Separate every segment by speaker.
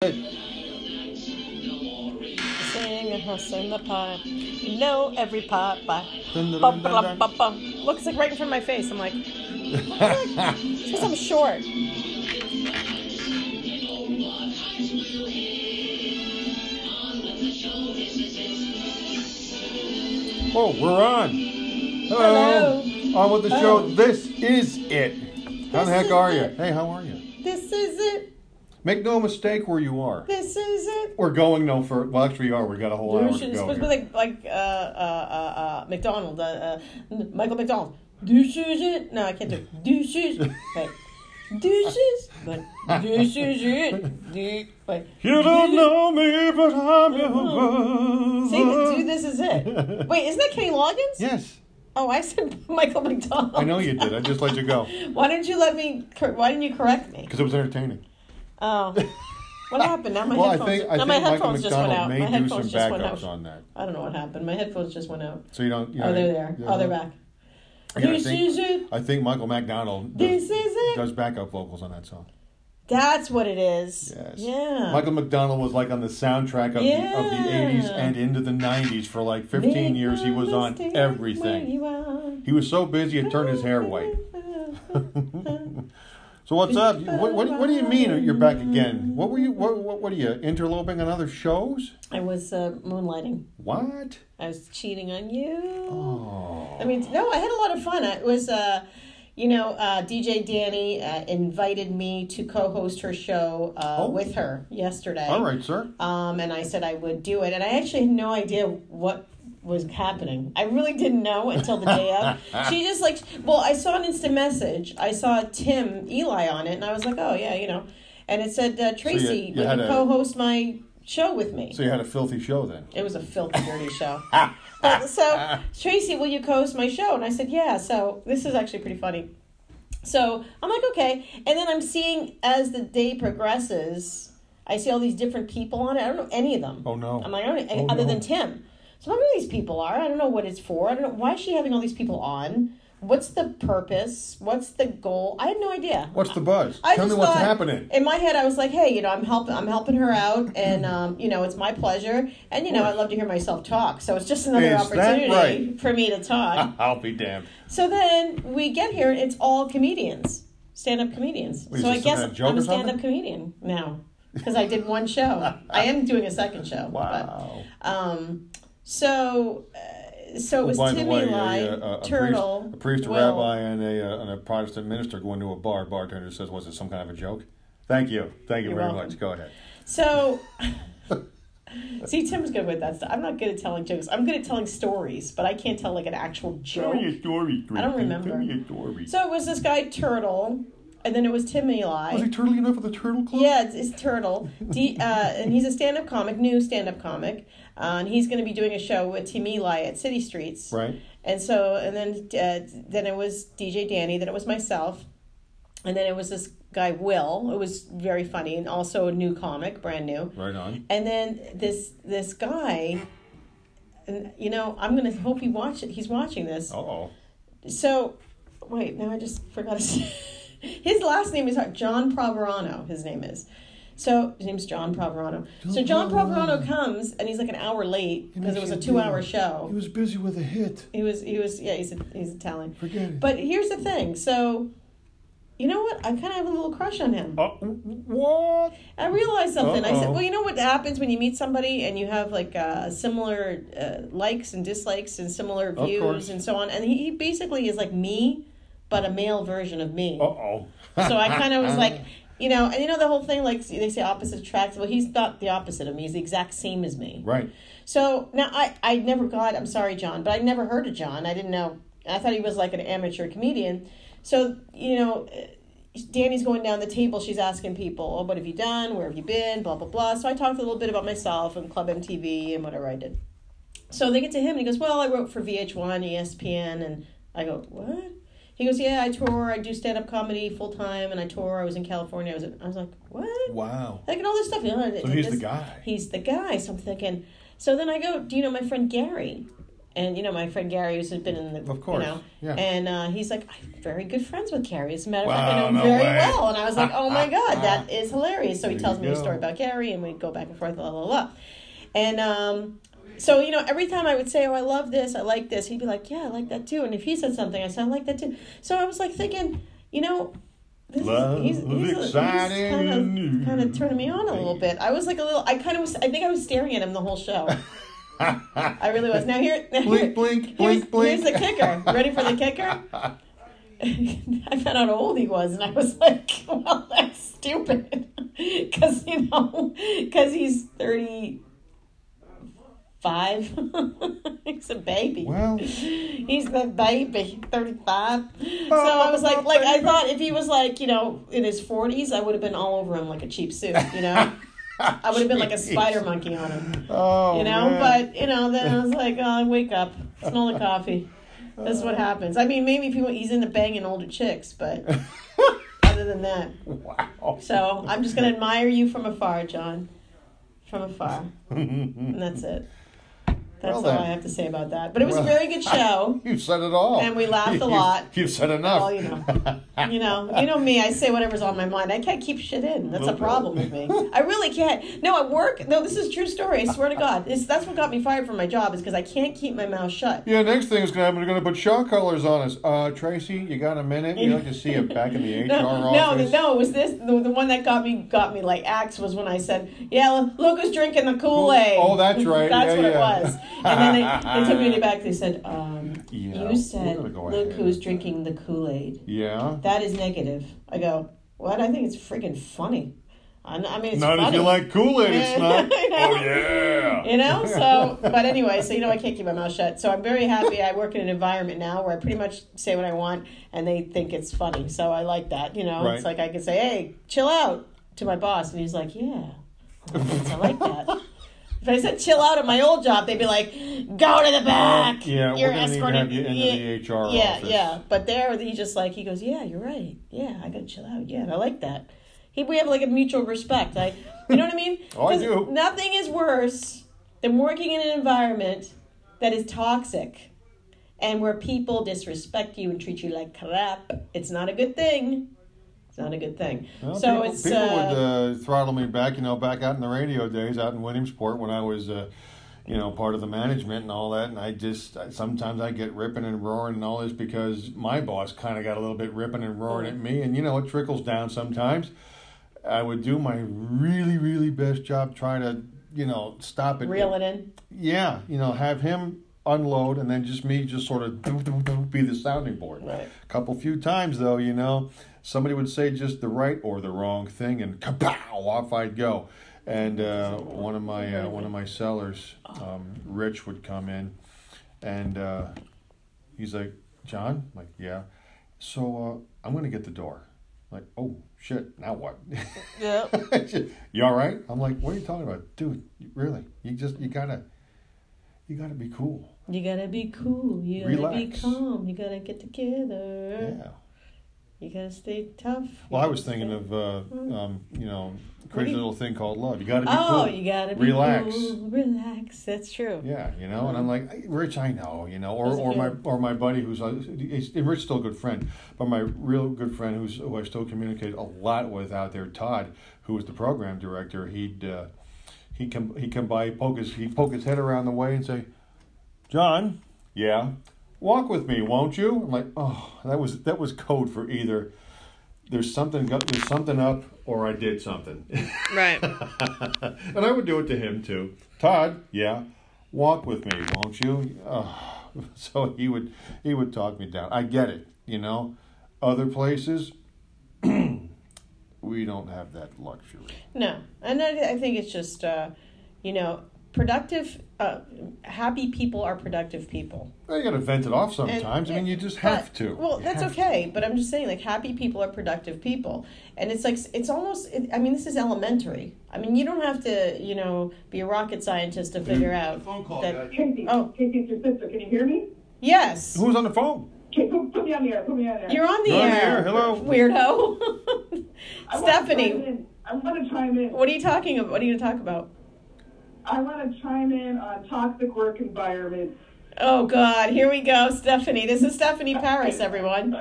Speaker 1: Oh,
Speaker 2: Sing a house in the pot. You know every pot by.
Speaker 1: Dun, dun,
Speaker 2: Bum,
Speaker 1: dun,
Speaker 2: ba-dum,
Speaker 1: dun.
Speaker 2: ba-bum. Looks like right in front of my face. I'm like,
Speaker 1: That's
Speaker 2: because I'm short.
Speaker 1: Oh, we're on. Hello. On with the show.
Speaker 2: Oh.
Speaker 1: This is it. How the
Speaker 2: This
Speaker 1: heck
Speaker 2: is
Speaker 1: are you?
Speaker 2: it.
Speaker 1: Hey, how are you?
Speaker 2: This is it.
Speaker 1: Make no mistake where you are.
Speaker 2: This is it.
Speaker 1: We're going no further. Well, actually, we are. We got a whole hour
Speaker 2: Douche.
Speaker 1: to
Speaker 2: It's
Speaker 1: go.
Speaker 2: supposed to be
Speaker 1: here.
Speaker 2: like like uh, uh, uh, uh, McDonald, uh, uh, N- Michael McDonald. Douches it. No, I can't do it. douches. Wait, douches. Like douches it. Du- Wait.
Speaker 1: You don't know me, but I'm your brother.
Speaker 2: Oh. See, dude, this is it. Wait, isn't that Kenny Loggins?
Speaker 1: Yes,
Speaker 2: Oh, I said Michael McDonald.
Speaker 1: I know you did. I just let you go
Speaker 2: Why didn't you let me? Cor- why didn't you correct me?
Speaker 1: because it was entertaining.
Speaker 2: Oh, what happened? Now my
Speaker 1: well,
Speaker 2: headphones.
Speaker 1: I think I
Speaker 2: now
Speaker 1: think
Speaker 2: my
Speaker 1: Michael
Speaker 2: headphones just went out.
Speaker 1: McDonald may
Speaker 2: My
Speaker 1: do some
Speaker 2: headphones just went out.
Speaker 1: backups on that,
Speaker 2: I don't know what happened. My headphones just went out.
Speaker 1: so you don't. You
Speaker 2: oh,
Speaker 1: know,
Speaker 2: there they are.
Speaker 1: you
Speaker 2: Oh, they're
Speaker 1: know,
Speaker 2: back.
Speaker 1: yeah, I
Speaker 2: This
Speaker 1: think-
Speaker 2: is it.
Speaker 1: I think Michael McDonald
Speaker 2: This
Speaker 1: does,
Speaker 2: is it.
Speaker 1: does backup vocals on that song.
Speaker 2: That's what it is.
Speaker 1: Yes.
Speaker 2: Yeah.
Speaker 1: Michael McDonald was like on the soundtrack of the of the
Speaker 2: Yeah.
Speaker 1: eighties and into the nineties for like fifteen
Speaker 2: Big
Speaker 1: years. He was on
Speaker 2: mistake where
Speaker 1: everything.
Speaker 2: you are.
Speaker 1: He was so busy it turned his hair white. So what's up? You- What, what, what do you mean you're back again? What were you? What, what, what are you interloping on other shows?
Speaker 2: I was uh, moonlighting.
Speaker 1: What?
Speaker 2: I was cheating on you.
Speaker 1: Oh,
Speaker 2: I mean, no, I had a lot of fun. I- It was, uh, you know, uh, DJ Danny uh, invited me to co-host her show uh,
Speaker 1: Oh.
Speaker 2: with her yesterday.
Speaker 1: all right, sir.
Speaker 2: Um, and I said I would do it, and I actually had no idea what was happening. I really didn't know until the day of. She just like, well, I saw an instant message. I saw Tim Eli on it, and I was like, oh yeah, you know. And it said uh, Tracy
Speaker 1: you
Speaker 2: would
Speaker 1: had
Speaker 2: you
Speaker 1: a-
Speaker 2: co-host my show with me.
Speaker 1: So you had a filthy show then.
Speaker 2: It was a filthy, dirty show. Uh, so,
Speaker 1: Ah.
Speaker 2: Tracy, will you co-host my show? And I said, yeah. So, this is actually pretty funny. So, I'm like, okay. And then I'm seeing as the day progresses, I see all these different people on it. I don't know any of them.
Speaker 1: Oh no.
Speaker 2: I'm like, I don't know,
Speaker 1: Oh,
Speaker 2: other
Speaker 1: no.
Speaker 2: than Tim. So, I don't know who these people are. I don't know what it's for. I don't know. Why is she having all these people on? What's the purpose? What's the goal? I had no idea.
Speaker 1: What's the buzz?
Speaker 2: I
Speaker 1: Tell me
Speaker 2: just
Speaker 1: what's
Speaker 2: thought-
Speaker 1: happening.
Speaker 2: In my head, I was like, "Hey, you know, I'm helping. I'm helping her out, and um, you know, it's my pleasure, and you know, I love to hear myself talk. So it's just another
Speaker 1: Is that
Speaker 2: opportunity
Speaker 1: right? Ah.
Speaker 2: for me to talk.
Speaker 1: I'll be damned.
Speaker 2: so then we get here, and it's all comedians, stand-up comedians.
Speaker 1: Wait, is
Speaker 2: so I
Speaker 1: this some
Speaker 2: guess
Speaker 1: kind of joke
Speaker 2: I'm
Speaker 1: or
Speaker 2: a
Speaker 1: something?
Speaker 2: stand-up comedian now because I did one show. I am doing a second show.
Speaker 1: Wow.
Speaker 2: But, um, so. Uh, so it was
Speaker 1: Oh, By the
Speaker 2: Tim
Speaker 1: way,
Speaker 2: Eli,
Speaker 1: a, a, a
Speaker 2: Turtle,
Speaker 1: priest, a, priest a
Speaker 2: Will.
Speaker 1: rabbi, and a, uh, and a Protestant minister going to a bar. Bartender says, "Was it some kind of a joke?" Thank you. Thank you
Speaker 2: You're
Speaker 1: very
Speaker 2: welcome.
Speaker 1: much. Go ahead.
Speaker 2: So, see, Tim's good with that stuff. I'm not good at telling jokes. I'm good at telling stories, but I can't tell like an actual joke.
Speaker 1: a story.
Speaker 2: I don't remember. Tell me
Speaker 1: a story.
Speaker 2: So it was this guy Turtle, and then it was Tim Eli.
Speaker 1: was he turtling enough with the turtle club?
Speaker 2: Yeah, it's, it's Turtle. D, uh, and he's a stand-up comic, new stand-up comic, uh, and he's going to be doing a show with Tim Eli at City Streets.
Speaker 1: Right.
Speaker 2: And so, and then uh, then it was DJ Danny, then it was myself, and then it was this guy Will. It was very funny, and also a new comic, brand new.
Speaker 1: Right on.
Speaker 2: And then this this guy, and you know, I'm gonna hope he watch it. He's watching this.
Speaker 1: Uh oh.
Speaker 2: So, wait, now I just forgot his. his last name is John Proverano. His name is. So his name's John Proverano. So John Proverano comes and he's like an hour late because it was a two-hour show.
Speaker 1: was busy with a hit.
Speaker 2: He was he was yeah he's he's Italian.
Speaker 1: Forget it.
Speaker 2: But here's the thing. So, you know what? I kind of have a little crush on him.
Speaker 1: Uh, what?
Speaker 2: I realized something. I said,
Speaker 1: Uh-oh.
Speaker 2: well, you know what happens when you meet somebody and you have like uh, similar uh, likes and dislikes and similar
Speaker 1: Of course.
Speaker 2: views and so on. And he, he basically is like me, but a male version of me.
Speaker 1: Uh oh.
Speaker 2: So I kind of was like, you know, and you know the whole thing like they say opposite attracts. Well, he's not the opposite of me. He's the exact same as me.
Speaker 1: Right.
Speaker 2: So now I I never God I'm sorry John, but I never heard of John. I didn't know. I thought he was like an amateur comedian. So you know, uh, Danny's going down the table. She's asking people, "Oh, what have you done? Where have you been? Blah blah blah." So I talked a little bit about myself and Club MTV and whatever I did. So they get to him and he goes, "Well, I wrote for VH1, ESPN," and I go, "What?" He goes, "Yeah, I tour. I do stand up comedy full time, and I tour. I was in California. I was in, I was like, what?"
Speaker 1: Wow.
Speaker 2: Like and all this stuff. You know,
Speaker 1: So he's the
Speaker 2: this-
Speaker 1: guy.
Speaker 2: He's the guy. So I'm thinking. So then I go, do you know my friend Gary? and you know my friend Gary who's been in the
Speaker 1: Of course,
Speaker 2: you know,
Speaker 1: yeah.
Speaker 2: and uh, he's like I'm very good friends with Gary as a matter of fact I
Speaker 1: Wow,
Speaker 2: know him
Speaker 1: no
Speaker 2: very
Speaker 1: way.
Speaker 2: well and I was like oh my god that is hilarious so he
Speaker 1: There
Speaker 2: tells
Speaker 1: you
Speaker 2: me a
Speaker 1: go.
Speaker 2: story about Gary and we go back and forth blah blah blah and um, so you know every time I would say oh I love this I like this he'd be like yeah I like that too and if he said something I said I like that too so I was like thinking you know this
Speaker 1: Love
Speaker 2: is, he's, he's,
Speaker 1: is exciting and
Speaker 2: kind
Speaker 1: new.
Speaker 2: of kind of turning me on a little bit I was like a little I kind of was I think I was staring at him the whole show. I really was. Now here, now here-
Speaker 1: blink, blink,
Speaker 2: here's,
Speaker 1: blink, blink.
Speaker 2: here's the kicker. Ready for the kicker? I found out how old he was, and I was like, "Well, that's stupid," because you know, because he's thirty five. he's a baby.
Speaker 1: Well,
Speaker 2: He's the baby, thirty five. So I was like, like I thought if he was like you know in his forties, I would have been all over him like a cheap suit, you know. I would have been like a spider monkey on him
Speaker 1: oh,
Speaker 2: you know.
Speaker 1: man.
Speaker 2: But you know, then I was like, oh, wake up, smell the coffee. That's
Speaker 1: Uh.
Speaker 2: what happens. I mean, maybe if he, he's into banging older chicks, but other than that,
Speaker 1: wow.
Speaker 2: so I'm just gonna admire you from afar, John, from afar, and that's it. That's
Speaker 1: Well
Speaker 2: all
Speaker 1: then.
Speaker 2: I have to say about that. But it was a
Speaker 1: Well,
Speaker 2: very good show.
Speaker 1: You've said it all.
Speaker 2: And we laughed a
Speaker 1: You've-
Speaker 2: lot.
Speaker 1: You've said enough.
Speaker 2: Well, you know. You know, you know me. I say whatever's on my mind. I can't keep shit in. That's a problem with me. I really can't. No, at work. No, this is a true story. I swear to God, this, that's what got me fired from my job is because I can't keep my mouth shut.
Speaker 1: Yeah, next thing is going to happen. They're going to put show colors on us. Uh, Tracy, you got a minute? You like to see it back in the HR
Speaker 2: No, no,
Speaker 1: office?
Speaker 2: no. It was this the, the one that got me got me like axe was when I said, "Yeah, look who's drinking the Kool Aid."
Speaker 1: Oh, that's right.
Speaker 2: that's
Speaker 1: Yeah,
Speaker 2: what
Speaker 1: yeah.
Speaker 2: it was. And then they, they took me to back. They said, um,
Speaker 1: Yeah, we're
Speaker 2: "You said,
Speaker 1: gonna go
Speaker 2: look
Speaker 1: ahead.
Speaker 2: who's drinking the Kool Aid."
Speaker 1: Yeah.
Speaker 2: That is negative. I go, what? I think it's freaking funny. I, I mean, it's
Speaker 1: Not
Speaker 2: funny.
Speaker 1: if you like Kool Aid, it's not.
Speaker 2: I know.
Speaker 1: oh, yeah.
Speaker 2: You know, so, but anyway, so you know, I can't keep my mouth shut. So I'm very happy. I work in an environment now where I pretty much say what I want and they think it's funny. So I like that, you know. It's
Speaker 1: Right.
Speaker 2: like I can say, hey, chill out to my boss. And he's like, yeah, I like that. If I said chill out at my old job, they'd be like, go to the back.
Speaker 1: Yeah,
Speaker 2: You're
Speaker 1: we're going to need to
Speaker 2: escorting
Speaker 1: have you into
Speaker 2: Yeah
Speaker 1: the HR
Speaker 2: yeah,
Speaker 1: office.
Speaker 2: yeah. But there, he just like he goes, yeah, you're right. Yeah, I gotta chill out. Yeah, and I like that. He, we have like a mutual respect. I, you know what I mean?
Speaker 1: Oh, I
Speaker 2: 'Cause
Speaker 1: do.
Speaker 2: Nothing is worse than working in an environment that is toxic, and where people disrespect you and treat you like crap. It's not a good thing. It's not a good thing.
Speaker 1: Well,
Speaker 2: so
Speaker 1: people,
Speaker 2: it's
Speaker 1: people
Speaker 2: uh,
Speaker 1: would uh, throttle me back, you know, back out in the radio days, out in Williamsport when I was, uh, you know, part of the management and all that. And I just I- sometimes I get ripping and roaring and all this because my boss kind of got a little bit ripping and roaring at me, and you know, it trickles down sometimes. I would do my really, really best job trying to, you know, stop it.
Speaker 2: reel it in.
Speaker 1: Yeah, you know, have him unload and then just me just sort of doop, doop, doop, be the sounding board.
Speaker 2: Right.
Speaker 1: Couple few times though, you know, somebody would say just the right or the wrong thing and kapow, off I'd go. And uh, one of my uh, one of my sellers, um, Rich, would come in, and uh, he's like, "John," I'm like, "Yeah." So uh, I'm gonna get the door. like, oh shit, now what?
Speaker 2: Yeah.
Speaker 1: you all right? I'm like, what are you talking about, dude? you- Really? You just you gotta, you gotta be cool.
Speaker 2: You gotta be cool. You gotta be
Speaker 1: Relax.
Speaker 2: calm. You gotta get together.
Speaker 1: Yeah.
Speaker 2: You gotta stay tough.
Speaker 1: Well, I was thinking of, uh, um, you know, crazy little thing called love. You gotta be
Speaker 2: Oh,
Speaker 1: cool.
Speaker 2: you gotta be
Speaker 1: Relax.
Speaker 2: cool. Relax. That's true.
Speaker 1: Yeah, you know, and I'm like, "Hey, Rich, I know, you know, or,
Speaker 2: That's
Speaker 1: or
Speaker 2: good.
Speaker 1: my or my buddy who's uh, he's, and Rich's still a good friend, but my real good friend who's who I still communicate a lot with out there, Todd, who was the program director, he'd uh, he come he come by, poke his he poke his head around the way and say, John, yeah, walk with me, won't you? I'm like, oh, that was that was code for either there's something go- there's something up or I did something.
Speaker 2: Right.
Speaker 1: and I would do it to him too. Todd, yeah, walk with me, won't you? Uh, so he would he would talk me down. I get it, you know. Other places, we don't have that luxury.
Speaker 2: No, and I, I think it's just, uh, you know, productive, uh, happy people are productive people.
Speaker 1: Well, You got to vent it off
Speaker 2: And-
Speaker 1: sometimes. I mean, you just
Speaker 2: but-
Speaker 1: have to.
Speaker 2: Well,
Speaker 1: You
Speaker 2: that's
Speaker 1: have to.
Speaker 2: okay, but I'm just saying, like, happy people are productive people, and it's like it's almost. It, I mean, this is elementary. I mean, you don't have to, you know, be a rocket scientist to figure out.
Speaker 3: Phone call,
Speaker 2: that-
Speaker 3: guys.
Speaker 4: Tracy,
Speaker 2: Oh.
Speaker 4: Tracy's your sister. Can you hear me?
Speaker 2: Yes,
Speaker 1: Who's on the phone?
Speaker 4: Okay, put, put me on the air. Put me on the air.
Speaker 2: you're on the,
Speaker 1: You're on the
Speaker 2: air,
Speaker 1: air, hello.
Speaker 2: weirdo.
Speaker 4: I wanna chime
Speaker 2: Stephanie,
Speaker 4: in. I want to chime in.
Speaker 2: what are you talking about? What are you going to talk about?
Speaker 4: I want to chime in on toxic work environments.
Speaker 2: Oh God, here we go, Stephanie. This is Stephanie Paris, everyone.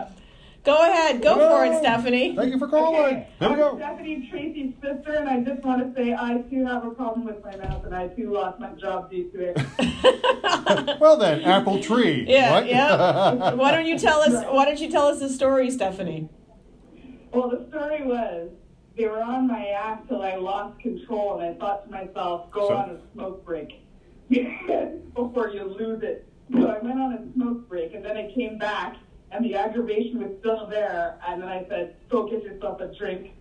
Speaker 2: Go ahead, go for it,
Speaker 1: Hello.
Speaker 2: Stephanie.
Speaker 1: Thank you for calling. Here we
Speaker 4: I'm
Speaker 1: go.
Speaker 4: Stephanie Tracy's sister, and I just want to say I too have a problem with my mouth, and I too lost my job due to it.
Speaker 1: Well then, apple tree.
Speaker 2: Yeah,
Speaker 1: What?
Speaker 2: yeah. Why don't you tell us? Why don't you tell us the story, Stephanie?
Speaker 4: Well, the story was they were on my ass till I lost control, and I thought to myself, go
Speaker 1: So-
Speaker 4: on a smoke break before you lose it. So I went on a smoke break, and then I came back, and the aggravation was still there. And then I said, go get yourself a drink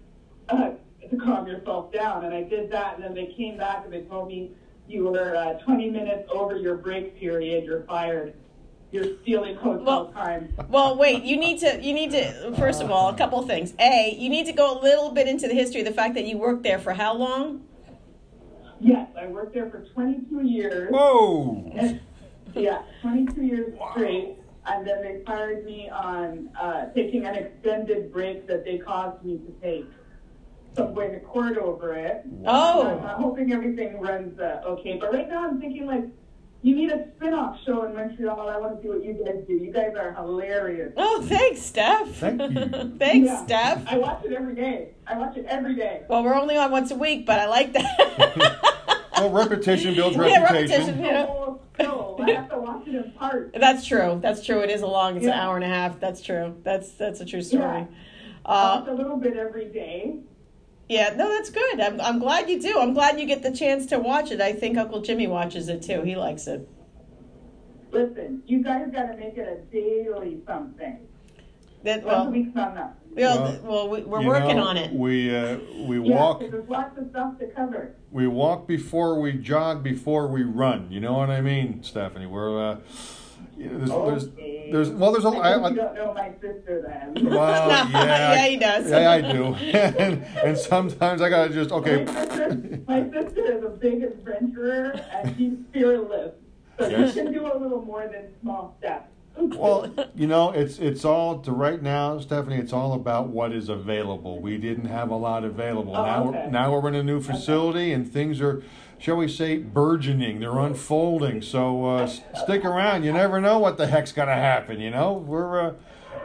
Speaker 4: uh, to calm yourself down. And I did that, and then they came back and they told me, you were uh, 20 minutes over your break period. You're fired. You're stealing hotel
Speaker 2: Well-
Speaker 4: time.
Speaker 2: Well, wait. You need to. You need to. First of all, a couple of things. A, you need to go a little bit into the history of the fact that you worked there for how long?
Speaker 4: Yes, I worked there for 22 years.
Speaker 1: Whoa.
Speaker 4: Yeah, 22 years straight. And then they fired me on uh, taking an extended break that they caused me to take. So I'm going to court over it. I'm
Speaker 2: Oh,
Speaker 4: uh, hoping everything runs uh, okay. But right now I'm thinking, like, you need a spin off show in Montreal. I want to do what you guys do. You guys are hilarious.
Speaker 2: oh, thanks, Steph.
Speaker 1: Thank you.
Speaker 2: thanks,
Speaker 4: Yeah.
Speaker 2: Steph.
Speaker 4: I watch it every day. I watch it every day.
Speaker 2: Well, we're only on once a week, but I like that.
Speaker 1: Well, repetition builds
Speaker 2: Yeah,
Speaker 1: reputation.
Speaker 2: repetition. Yeah.
Speaker 4: Oh, no, I have to watch it in parts.
Speaker 2: That's true. That's true. It is a long. It's an
Speaker 4: Yeah.
Speaker 2: hour and a half. That's true. That's that's a true story.
Speaker 4: I
Speaker 2: Uh,
Speaker 4: watch a little bit every day.
Speaker 2: yeah. No, that's good. I'm I'm glad you do. I'm glad you get the chance to watch it. I think Uncle Jimmy watches it too. He likes it.
Speaker 4: Listen, you guys got to make it a daily something.
Speaker 2: That
Speaker 4: Once a
Speaker 2: well,
Speaker 4: week's not enough.
Speaker 2: you know,
Speaker 1: Well,
Speaker 2: th- well, we, we're
Speaker 1: You
Speaker 2: working
Speaker 1: know,
Speaker 2: on it.
Speaker 1: We uh, we
Speaker 4: Yeah,
Speaker 1: walk
Speaker 4: 'cause there's lots of stuff to cover.
Speaker 1: we walk before we jog before we run. You know what I mean, Stephanie? We're uh, you know, there's,
Speaker 4: Okay.
Speaker 1: there's there's well there's a I,
Speaker 4: I guess you
Speaker 1: I,
Speaker 4: don't know my sister then.
Speaker 1: well yeah
Speaker 2: Yeah, he does.
Speaker 1: yeah I do and, and sometimes I gotta just okay
Speaker 4: My sister, my sister is a big adventurer and she's fearless. So
Speaker 1: Yes.
Speaker 4: you can do a little more than small steps.
Speaker 1: Well, you know, it's it's all to right now, Stephanie. It's all about what is available. We didn't have a lot available.
Speaker 4: Oh,
Speaker 1: now,
Speaker 4: okay.
Speaker 1: now we're in a new facility, and things are, shall we say, burgeoning. They're unfolding. So uh, s- stick around. You never know what the heck's gonna happen. You know, we're uh,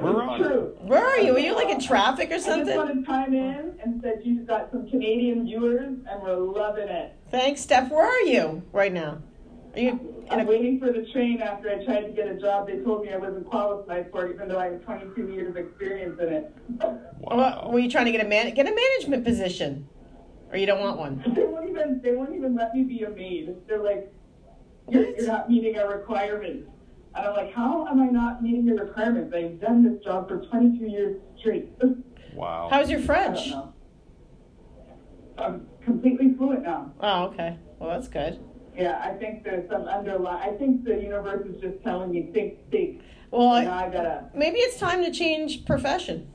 Speaker 1: we're on. it.
Speaker 4: True.
Speaker 2: Where are you? Are you like in traffic or
Speaker 4: I just
Speaker 2: something?
Speaker 4: want to chime in and said you've got some Canadian viewers and we're loving it.
Speaker 2: Thanks, Steph. Where are you right now? Are you in
Speaker 4: I'm
Speaker 2: a
Speaker 4: waiting for the train after I tried to get a job. They told me I wasn't qualified for it, even though I have 22 years of experience in it.
Speaker 2: Well, were you trying to get a man get a management position, or you don't want one?
Speaker 4: they won't even they won't even let me be a maid. They're like, you're, you're not meeting our requirements. And I'm like, how am I not meeting your requirements? I've done this job for 22 years straight. I
Speaker 1: Wow.
Speaker 2: How's your
Speaker 4: don't
Speaker 2: French?
Speaker 4: know. I'm completely fluent now.
Speaker 2: Oh, okay. Well, that's good.
Speaker 4: Yeah, I think there's some underlying. I think the universe is just telling me think, think.
Speaker 2: Well,
Speaker 4: And now
Speaker 2: I-
Speaker 4: I gotta.
Speaker 2: maybe it's time to change profession.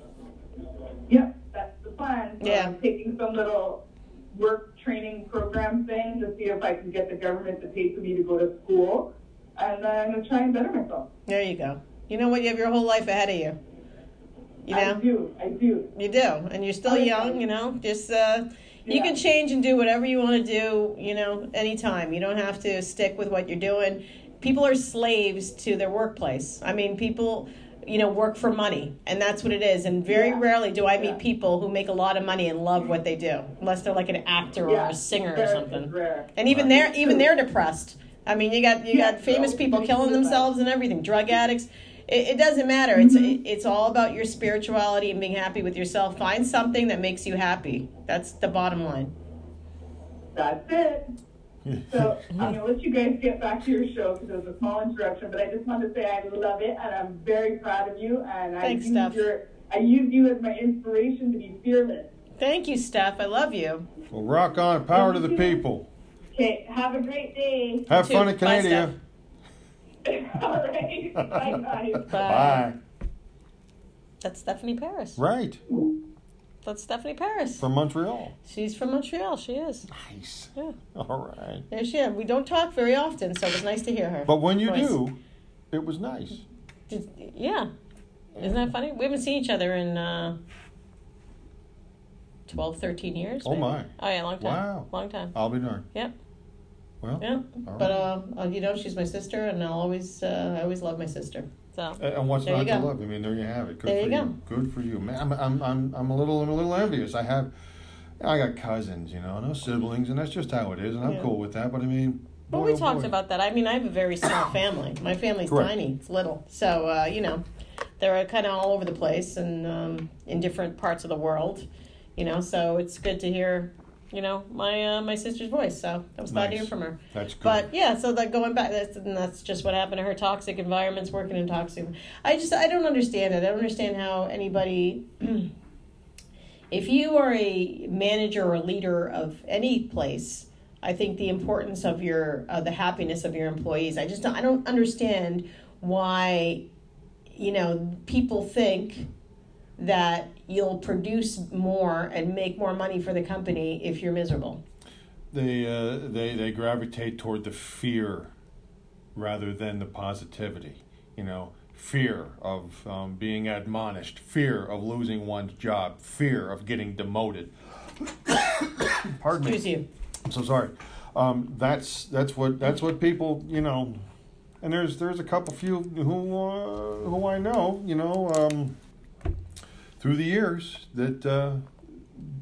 Speaker 4: Yep, that's the plan. So
Speaker 2: Yeah.
Speaker 4: I'm taking some little work training program thing to see if I can get the government to pay for me to go to school. And then I'm going to try and better myself.
Speaker 2: There you go. You know what? You have your whole life ahead of you. You
Speaker 4: I
Speaker 2: know,
Speaker 4: do. I do.
Speaker 2: you do, and you're still
Speaker 4: I-
Speaker 2: young. You know, just uh, you
Speaker 4: Yeah.
Speaker 2: can change and do whatever you want to do. You know, anytime. You don't have to stick with what you're doing. People are slaves to their workplace. I mean, people, you know, work for money, and that's what it is. And very
Speaker 4: Yeah.
Speaker 2: rarely do I
Speaker 4: Yeah.
Speaker 2: meet people who make a lot of money and love what they do, unless they're like an actor or
Speaker 4: yeah.
Speaker 2: a singer or
Speaker 4: Rare
Speaker 2: something.
Speaker 4: is Rare.
Speaker 2: And even
Speaker 1: Right.
Speaker 2: they're even they're depressed. I mean, you got you
Speaker 4: Yeah,
Speaker 2: got famous
Speaker 4: so
Speaker 2: people
Speaker 4: they
Speaker 2: killing
Speaker 4: do that.
Speaker 2: themselves and everything, drug addicts. It, it doesn't matter. It's it's all about your spirituality and being happy with yourself. Find something that makes you happy. That's the bottom line.
Speaker 4: That's it. So I'm going to let you guys get back to your show because it was a small interruption, but I just wanted to say I love it and I'm very proud of you. And I
Speaker 2: Thanks,
Speaker 4: use
Speaker 2: Steph.
Speaker 4: your I use you as my inspiration to be fearless.
Speaker 2: Thank you, Steph. I love you.
Speaker 1: Well, rock on. Power to the people.
Speaker 4: Okay, have a great day.
Speaker 1: Have
Speaker 2: too.
Speaker 1: fun in
Speaker 2: Bye,
Speaker 1: Canada.
Speaker 4: All right. Bye, guys.
Speaker 1: Bye.
Speaker 2: That's Stephanie Paris.
Speaker 1: Right
Speaker 2: That's Stephanie Paris.
Speaker 1: from Montreal.
Speaker 2: She's from Montreal. She is.
Speaker 1: Nice.
Speaker 2: Yeah.
Speaker 1: All right.
Speaker 2: There she is. We don't talk very often, so it was nice to hear her.
Speaker 1: But when you
Speaker 2: voice.
Speaker 1: do, it was nice.
Speaker 2: Did- yeah. Isn't that funny? We haven't seen each other in uh, 12, 13 years.
Speaker 1: Oh
Speaker 2: maybe.
Speaker 1: my.
Speaker 2: Oh, yeah, long time.
Speaker 1: Wow.
Speaker 2: Long time.
Speaker 1: I'll be darned.
Speaker 2: Yep.
Speaker 1: Well,
Speaker 2: Yeah,
Speaker 1: all right.
Speaker 2: but uh, uh, you know, she's my sister, and I'll always, uh, I always love my sister. So
Speaker 1: And- and what's
Speaker 2: there
Speaker 1: not
Speaker 2: you
Speaker 1: to
Speaker 2: go.
Speaker 1: love? I mean, there you have it. Good
Speaker 2: There
Speaker 1: for
Speaker 2: you
Speaker 1: you. Good for you. Man, I'm, I'm, I'm, I'm a little, I'm a little envious. I have, I got cousins, you know, no siblings, and that's just how it is, and I'm
Speaker 2: Yeah.
Speaker 1: cool with that. But I mean,
Speaker 2: Well,
Speaker 1: boy,
Speaker 2: we
Speaker 1: oh,
Speaker 2: talked
Speaker 1: boy.
Speaker 2: about that. I mean, I have a very small family. My family's
Speaker 1: Correct.
Speaker 2: tiny. It's little. So, uh, you know, they're kind of all over the place and um, in different parts of the world, you know, so it's good to hear, you know, my uh, my sister's voice. So I was glad to
Speaker 1: Nice.
Speaker 2: hear from her.
Speaker 1: That's good.
Speaker 2: But yeah, so like going back, that's and that's just what happened to her. Toxic environments, working in toxic. I just I don't understand it. I don't understand how anybody. if you are a manager or leader of any place, I think the importance of your uh, the happiness of your employees. I just don't, I don't understand why, you know, people think that you'll produce more and make more money for the company if you're miserable.
Speaker 1: they, uh, they, they gravitate toward the fear rather than the positivity. You know, fear of um, being admonished, fear of losing one's job, fear of getting demoted. Pardon me.
Speaker 2: Excuse you.
Speaker 1: I'm so sorry. Um, that's that's what that's what people you know, and there's there's a couple few who uh, who I know you know um, through the years that uh,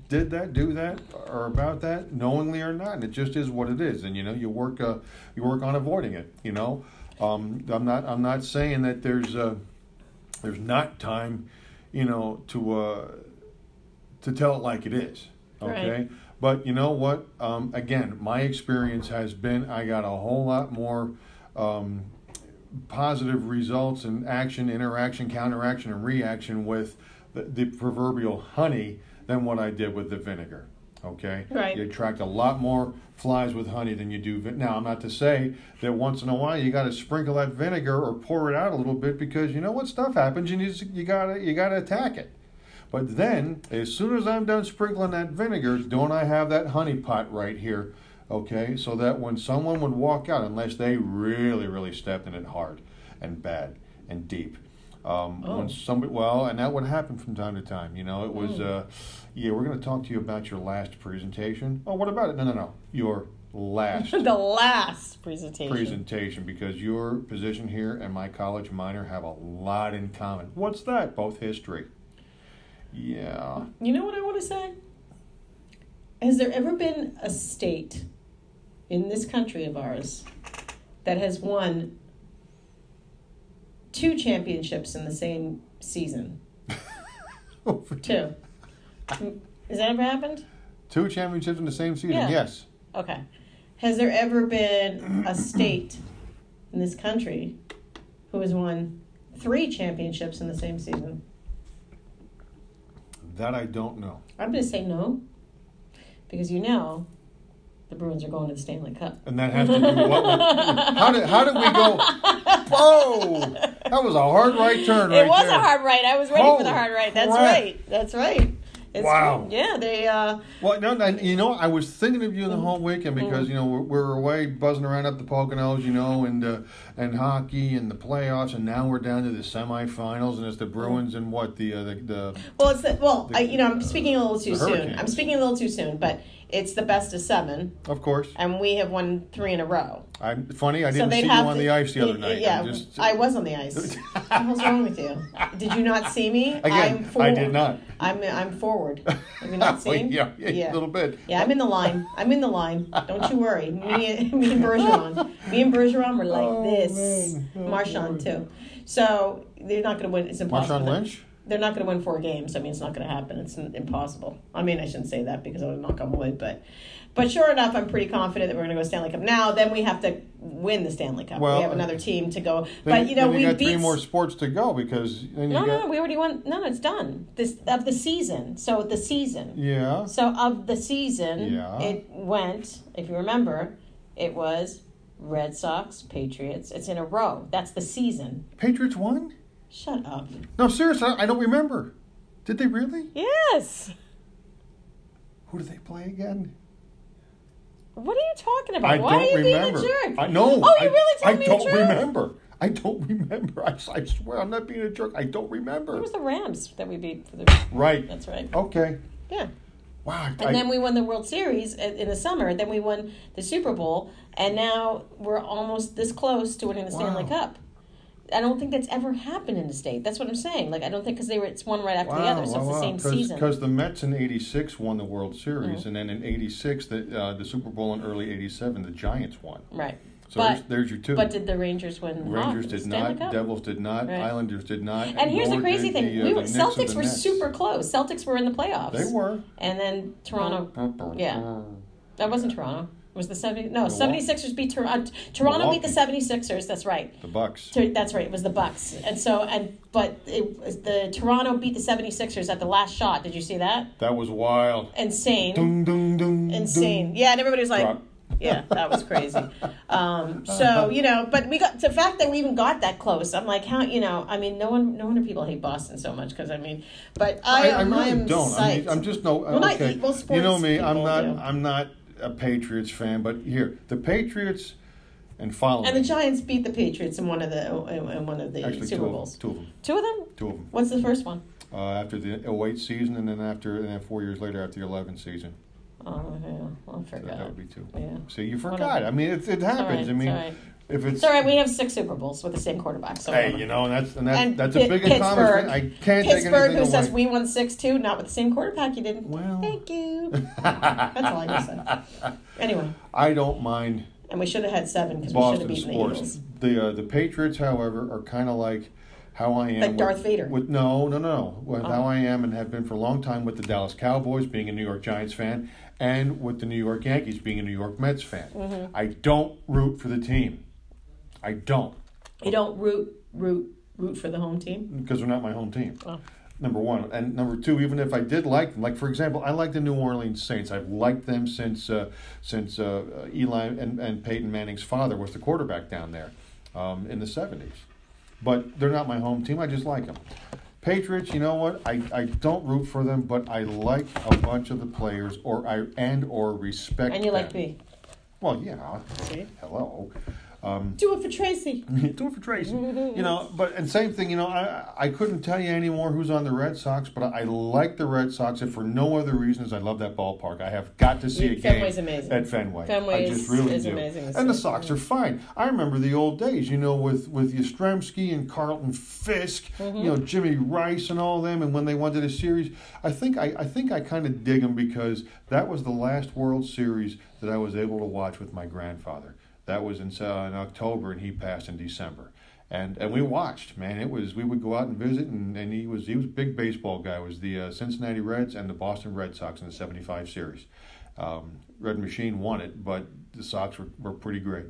Speaker 1: did that, do that, or about that, knowingly or not, and it just is what it is. And you know, you work uh, you work on avoiding it. You know, um, I'm not I'm not saying that there's uh, there's not time, you know, to uh, to tell it like it is. Okay.
Speaker 2: Right.
Speaker 1: But you know what? Um, again, my experience has been I got a whole lot more um, positive results and action, interaction, counteraction, and reaction with the, the proverbial honey than what I did with the vinegar. Okay,
Speaker 2: Right.
Speaker 1: You attract a lot more flies with honey than you do. Vin- now, I'm not to say that once in a while you got to sprinkle that vinegar or pour it out a little bit because you know what stuff happens. You need to- you gotta you gotta attack it. But then, as soon as I'm done sprinkling that vinegar, don't I have that honey pot right here? Okay, so that when someone would walk out, unless they really, really stepped in it hard and bad and deep. Um,
Speaker 2: Oh.
Speaker 1: When somebody, well, and that would happen from time to time. You know, it was, uh, yeah, we're going to talk to you about your last presentation. Oh, what about it? No, no, no. Your last
Speaker 2: the last presentation.
Speaker 1: presentation because your position here and my college minor have a lot in common. What's that? Both history. Yeah.
Speaker 2: You know what I want to say? Has there ever been a state in this country of ours that has won two championships in the same season?
Speaker 1: Over
Speaker 2: Two. Has that ever happened?
Speaker 1: Two championships in the same season.
Speaker 2: Yeah.
Speaker 1: Yes.
Speaker 2: Okay. Has there ever been a state in this country who has won three championships in the same season?
Speaker 1: That I don't know.
Speaker 2: I'm going to say no because you know the Bruins are going to the Stanley Cup.
Speaker 1: And that has to do what? With, how did how did we go? Whoa! That was a hard right turn. Right
Speaker 2: it was
Speaker 1: there.
Speaker 2: a hard right. I was ready for the
Speaker 1: Holy
Speaker 2: hard right. That's
Speaker 1: crap.
Speaker 2: right. That's right. It's
Speaker 1: Wow.
Speaker 2: True. Yeah, they. Uh,
Speaker 1: Well, no, no, you know, I was thinking of you the whole weekend
Speaker 2: Mm.
Speaker 1: because you know we're, we're away buzzing around up the Poconos, you know, and uh, and hockey and the playoffs, and now we're down to the semifinals, and it's the Bruins and what the uh, the, the
Speaker 2: well, it's the, well.
Speaker 1: The-
Speaker 2: I, you know, I'm speaking a little too
Speaker 1: the
Speaker 2: soon.
Speaker 1: Hurricanes.
Speaker 2: I'm speaking a little too soon, but it's the best of seven,
Speaker 1: of course.
Speaker 2: and we have won three in a row.
Speaker 1: I'm funny. I
Speaker 2: So
Speaker 1: didn't
Speaker 2: they'd
Speaker 1: see you
Speaker 2: have
Speaker 1: on
Speaker 2: to-
Speaker 1: the ice the other
Speaker 2: y-
Speaker 1: night.
Speaker 2: Yeah,
Speaker 1: I'm just,
Speaker 2: I was on the ice. what the hell's wrong with you? Did you not see me?
Speaker 1: Again,
Speaker 2: I'm
Speaker 1: I
Speaker 2: forward.
Speaker 1: did not.
Speaker 2: I'm I'm forward. Have you not
Speaker 1: Oh,
Speaker 2: seen?
Speaker 1: yeah, yeah, a little bit.
Speaker 2: Yeah, I'm in the line. I'm in the line. Don't you worry. Me and me and Bergeron. Me and Bergeron were like
Speaker 1: Oh,
Speaker 2: this.
Speaker 1: man. Oh,
Speaker 2: Marchand
Speaker 1: boy.
Speaker 2: too. So they're not going to win. It's impossible.
Speaker 1: Marshawn Lynch.
Speaker 2: They're not going to win four games. I mean, it's not going to happen. It's n- impossible. I mean, I shouldn't say that because I would knock on wood, but but sure enough, I'm pretty confident that we're going to go Stanley Cup. Now, then we have to win the Stanley Cup.
Speaker 1: Well,
Speaker 2: we have another team to go.
Speaker 1: Then-
Speaker 2: But you know,
Speaker 1: then
Speaker 2: we
Speaker 1: got
Speaker 2: beat
Speaker 1: three more sports to go because then you
Speaker 2: No, no,
Speaker 1: got
Speaker 2: no, we already won. No, no, it's done. This of the season. So the season.
Speaker 1: yeah.
Speaker 2: So of the season,
Speaker 1: Yeah.
Speaker 2: it went. If you remember, it was Red Sox, Patriots. It's in a row. That's the season.
Speaker 1: Patriots won?
Speaker 2: Shut up.
Speaker 1: No, seriously, I I don't remember. Did they really?
Speaker 2: Yes.
Speaker 1: Who did they play again?
Speaker 2: What are you talking about?
Speaker 1: I
Speaker 2: Why
Speaker 1: don't
Speaker 2: are you
Speaker 1: remember.
Speaker 2: being a jerk?
Speaker 1: I know.
Speaker 2: Oh,
Speaker 1: I,
Speaker 2: you really
Speaker 1: I
Speaker 2: telling me the
Speaker 1: don't
Speaker 2: truth?
Speaker 1: remember. I don't remember. I, I swear, I'm not being a jerk. I don't
Speaker 2: It
Speaker 1: remember.
Speaker 2: was the Rams that we beat. For the,
Speaker 1: Right.
Speaker 2: that's right.
Speaker 1: Okay.
Speaker 2: Yeah.
Speaker 1: wow. I-
Speaker 2: And then we won the World Series i- in the summer. Then we won the Super Bowl, and now we're almost this close to winning the Stanley
Speaker 1: Wow.
Speaker 2: Cup. I don't think that's ever happened in the state. That's what I'm saying. Like I don't think because they were it's one right after the other, so it's the same
Speaker 1: Cause,
Speaker 2: season. Mm.
Speaker 1: 'cause the Mets in '86 won the World Series, and then in '86, the uh, the Super Bowl in early '87, the Giants won.
Speaker 2: right.
Speaker 1: So
Speaker 2: but
Speaker 1: there's, there's your two.
Speaker 2: but did the Rangers win?
Speaker 1: Rangers
Speaker 2: the
Speaker 1: did
Speaker 2: Stanley
Speaker 1: not,
Speaker 2: Cup?
Speaker 1: Devils did not,
Speaker 2: Right.
Speaker 1: Islanders did not.
Speaker 2: And here's the
Speaker 1: nor
Speaker 2: crazy
Speaker 1: did
Speaker 2: thing:
Speaker 1: the, uh,
Speaker 2: we
Speaker 1: the
Speaker 2: were,
Speaker 1: Knicks or
Speaker 2: Celtics
Speaker 1: the
Speaker 2: were
Speaker 1: Nets.
Speaker 2: super close. Celtics were in the playoffs.
Speaker 1: They were.
Speaker 2: And then Toronto. Yeah. That wasn't Toronto. It was the 70 no,
Speaker 1: Milwaukee.
Speaker 2: 76ers beat Toronto. Toronto beat the 76ers, that's right.
Speaker 1: The Bucks.
Speaker 2: So that's right. It was the Bucks, and so and but it was the Toronto beat the 76ers at the last shot. Did you see that?
Speaker 1: That was wild.
Speaker 2: Insane,
Speaker 1: Dung, dung, dung,
Speaker 2: insane. Yeah, and everybody was like,
Speaker 1: Drop.
Speaker 2: yeah, that was crazy. Um, so you know, but we got the fact that we even got that close. I'm like, how you know? I mean, no one, no wonder people hate Boston so much because I mean, but
Speaker 1: I,
Speaker 2: I,
Speaker 1: I
Speaker 2: am- I
Speaker 1: really
Speaker 2: am
Speaker 1: don't. I
Speaker 2: psyched.
Speaker 1: mean, I'm just no.
Speaker 2: Well, not
Speaker 1: okay.
Speaker 2: equal
Speaker 1: you know
Speaker 2: sports
Speaker 1: me. I'm
Speaker 2: people
Speaker 1: not.
Speaker 2: do.
Speaker 1: I'm not a Patriots fan. But here, the Patriots and follow
Speaker 2: and the
Speaker 1: me.
Speaker 2: Giants beat the Patriots in one of the in one of the
Speaker 1: Actually,
Speaker 2: Super
Speaker 1: two of-
Speaker 2: Bowls.
Speaker 1: Two of them.
Speaker 2: Two of them.
Speaker 1: Two of them.
Speaker 2: What's the first one?
Speaker 1: Uh, after the 08 season, and then after, and then four years later after the 11 season.
Speaker 2: Oh yeah, I
Speaker 1: That, that
Speaker 2: forgot.
Speaker 1: would be two.
Speaker 2: Yeah.
Speaker 1: So you
Speaker 2: Whatever.
Speaker 1: forgot. I mean, it, it happens.
Speaker 2: right,
Speaker 1: I mean,
Speaker 2: it's all right.
Speaker 1: if it's
Speaker 2: It's all right. We have six Super Bowls with the same quarterback. So
Speaker 1: hey,
Speaker 2: whatever.
Speaker 1: you know, and that's and that's
Speaker 2: And
Speaker 1: that's
Speaker 2: Pi-
Speaker 1: a big
Speaker 2: Pittsburgh.
Speaker 1: accomplishment. I can't take
Speaker 2: Pittsburgh,
Speaker 1: anything
Speaker 2: who
Speaker 1: away.
Speaker 2: says we won six two, not with the same quarterback. You didn't.
Speaker 1: Well.
Speaker 2: thank you. That's all I gotta say. Anyway,
Speaker 1: I don't mind
Speaker 2: and we should have had seven because we should
Speaker 1: Boston
Speaker 2: have beaten the
Speaker 1: sports.
Speaker 2: Eagles.
Speaker 1: The uh, the Patriots, however, are kind of like how I am
Speaker 2: Like
Speaker 1: with,
Speaker 2: Darth Vader.
Speaker 1: With no, no, no, no. With
Speaker 2: Oh.
Speaker 1: how I am and have been for a long time with the Dallas Cowboys, being a New York Giants fan, and with the New York Yankees, being a New York Mets fan.
Speaker 2: Mm-hmm.
Speaker 1: I don't root for the team. I don't
Speaker 2: You don't root root root for the home team.
Speaker 1: because they're not my home team.
Speaker 2: Oh.
Speaker 1: Number one and number two, even if I did like them, like for example, I like the New Orleans Saints. I've liked them since uh, since uh, Eli and, and Peyton Manning's father was the quarterback down there um, in the seventies. But they're not my home team. I just like them. Patriots, you know what? I, I don't root for them, but I like a bunch of the players, or I and or respect.
Speaker 2: And you like
Speaker 1: them.
Speaker 2: me.
Speaker 1: Well, yeah.
Speaker 2: See?
Speaker 1: Hello.
Speaker 2: Do it for Tracy.
Speaker 1: Do it for Tracy. you know, but and same thing. You know, I I couldn't tell you anymore who's on the Red Sox, but I, I like the Red Sox, and for no other reason is I love that ballpark. I have got to see a game
Speaker 2: Fenway's amazing.
Speaker 1: at Fenway.
Speaker 2: Fenway
Speaker 1: I
Speaker 2: is-
Speaker 1: just really
Speaker 2: is
Speaker 1: do.
Speaker 2: amazing to
Speaker 1: And the
Speaker 2: see.
Speaker 1: Sox are fine. I remember the old days. You know, with with Yastrzemski and Carlton Fisk. You know, Jimmy Rice and all them. And when they went to the series, I think I I think I kind of dig them because that was the last World Series that I was able to watch with my grandfather. That was in, uh, in October, and he passed in December. And and we watched, man. It was we would go out and visit, and, and he was he was a big baseball guy. It was the uh, Cincinnati Reds and the Boston Red Sox in the '75 series. Um, Red Machine won it, but the Sox were, were pretty great.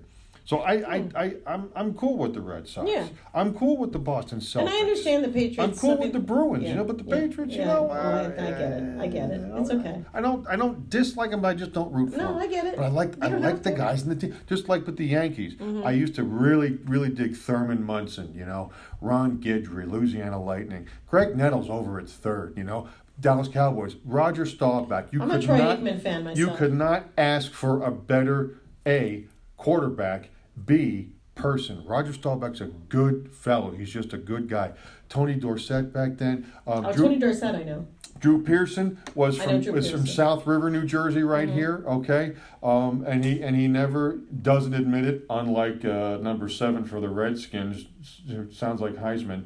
Speaker 1: So I, I, I I'm I'm cool with the Red Sox.
Speaker 2: Hmm. Yeah.
Speaker 1: I'm cool with the Boston Celtics.
Speaker 2: And I understand the Patriots.
Speaker 1: I'm cool
Speaker 2: Some
Speaker 1: with the
Speaker 2: people-
Speaker 1: Bruins,
Speaker 2: Yeah,
Speaker 1: you know, but the
Speaker 2: yeah,
Speaker 1: Patriots,
Speaker 2: yeah.
Speaker 1: you know,
Speaker 2: Oh, I, I get it. I get it.
Speaker 1: uh,
Speaker 2: It's okay.
Speaker 1: I don't, I don't dislike them, but I just don't root for
Speaker 2: No,
Speaker 1: them.
Speaker 2: I get it.
Speaker 1: But I like,
Speaker 2: You
Speaker 1: I
Speaker 2: don't have
Speaker 1: like the
Speaker 2: to.
Speaker 1: guys in the team. Just like with the Yankees,
Speaker 2: Mm-hmm.
Speaker 1: I used to really, really dig Thurman Munson. You know, Ron Guidry, Louisiana Lightning, Greg Nettles over at third. You know, Dallas Cowboys, Roger Staubach. You
Speaker 2: I'm a
Speaker 1: could
Speaker 2: Troy
Speaker 1: not,
Speaker 2: Aikman fan
Speaker 1: You
Speaker 2: myself.
Speaker 1: could not ask for a better a quarterback, b person. Roger Staubach's a good fellow. He's just a good guy. Tony Dorsett back then. Um,
Speaker 2: Oh,
Speaker 1: Drew-
Speaker 2: Tony Dorsett, I know.
Speaker 1: Drew Pearson was
Speaker 2: I know
Speaker 1: from
Speaker 2: Drew
Speaker 1: was from
Speaker 2: Pearson. Mm-hmm.
Speaker 1: South River, New Jersey, right here. Okay, um, and he and he never doesn't admit it. Unlike uh, number seven for the Redskins, who sounds like Heisman.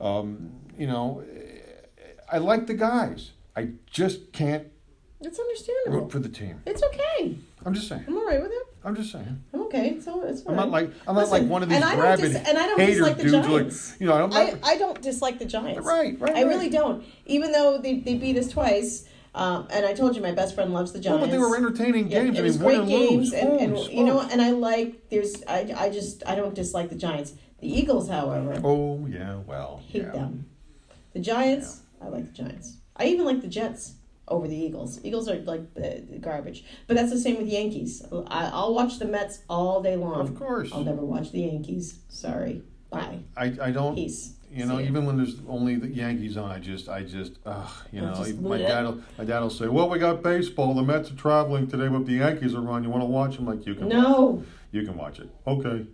Speaker 1: Um, you know, I like the guys. I just can't
Speaker 2: It's understandable.
Speaker 1: root for the team.
Speaker 2: It's okay.
Speaker 1: I'm just saying.
Speaker 2: I'm all right with it.
Speaker 1: I'm just saying.
Speaker 2: I'm okay. So it's all
Speaker 1: I'm not
Speaker 2: right.
Speaker 1: like I'm not
Speaker 2: Listen,
Speaker 1: like one of these
Speaker 2: and I don't
Speaker 1: rabid
Speaker 2: dis- and I don't
Speaker 1: hater
Speaker 2: dislike the
Speaker 1: dudes.
Speaker 2: Giants.
Speaker 1: Like you know, I don't.
Speaker 2: I, I don't dislike the Giants.
Speaker 1: Right, right,
Speaker 2: I
Speaker 1: right.
Speaker 2: really don't. Even though they, they beat us twice, um, and I told you my best friend loves the
Speaker 1: Well,
Speaker 2: Giants.
Speaker 1: but they were entertaining
Speaker 2: Yeah,
Speaker 1: games.
Speaker 2: it
Speaker 1: I
Speaker 2: was
Speaker 1: mean, win
Speaker 2: great
Speaker 1: and
Speaker 2: games,
Speaker 1: lose, oh.
Speaker 2: and, and
Speaker 1: lose,
Speaker 2: you know,
Speaker 1: lose.
Speaker 2: and I like. There's, I, I just, I don't dislike the Giants. The Eagles, however,
Speaker 1: Oh yeah, well.
Speaker 2: hate
Speaker 1: yeah.
Speaker 2: them. The Giants, I like the Giants. I even like the Jets over the Eagles. Eagles are like uh, garbage, but that's the same with Yankees. I, I'll watch the Mets all day long.
Speaker 1: Of course.
Speaker 2: Um, I'll never watch the Yankees. Sorry, bye,
Speaker 1: I, I don't.
Speaker 2: peace.
Speaker 1: You know,
Speaker 2: See ya.
Speaker 1: even when there's only the Yankees on, I just, I just, ugh, you
Speaker 2: I'll
Speaker 1: know,
Speaker 2: just
Speaker 1: my
Speaker 2: bleh.
Speaker 1: dad'll, my dad'll say, "Well, we got baseball. The Mets are traveling today, but the Yankees are on. You want to watch them? Like you can.
Speaker 2: no,
Speaker 1: You can watch it. Okay.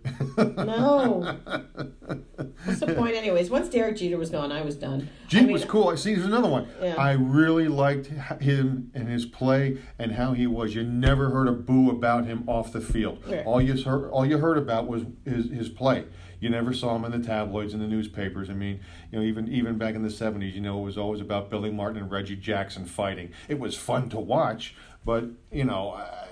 Speaker 2: No. What's the point, anyways? Once Derek Jeter was gone, I was done.
Speaker 1: Jeep
Speaker 2: I mean,
Speaker 1: was cool. I see. There's another one.
Speaker 2: Yeah.
Speaker 1: I really liked h- him and his play and how he was. You never heard a boo about him off the field.
Speaker 2: Right.
Speaker 1: All you heard, all you heard about was his, his play. You never saw him in the tabloids and the newspapers. I mean, you know, even even back in the '70s, you know, it was always about Billy Martin and Reggie Jackson fighting. It was fun to watch, but you know, I,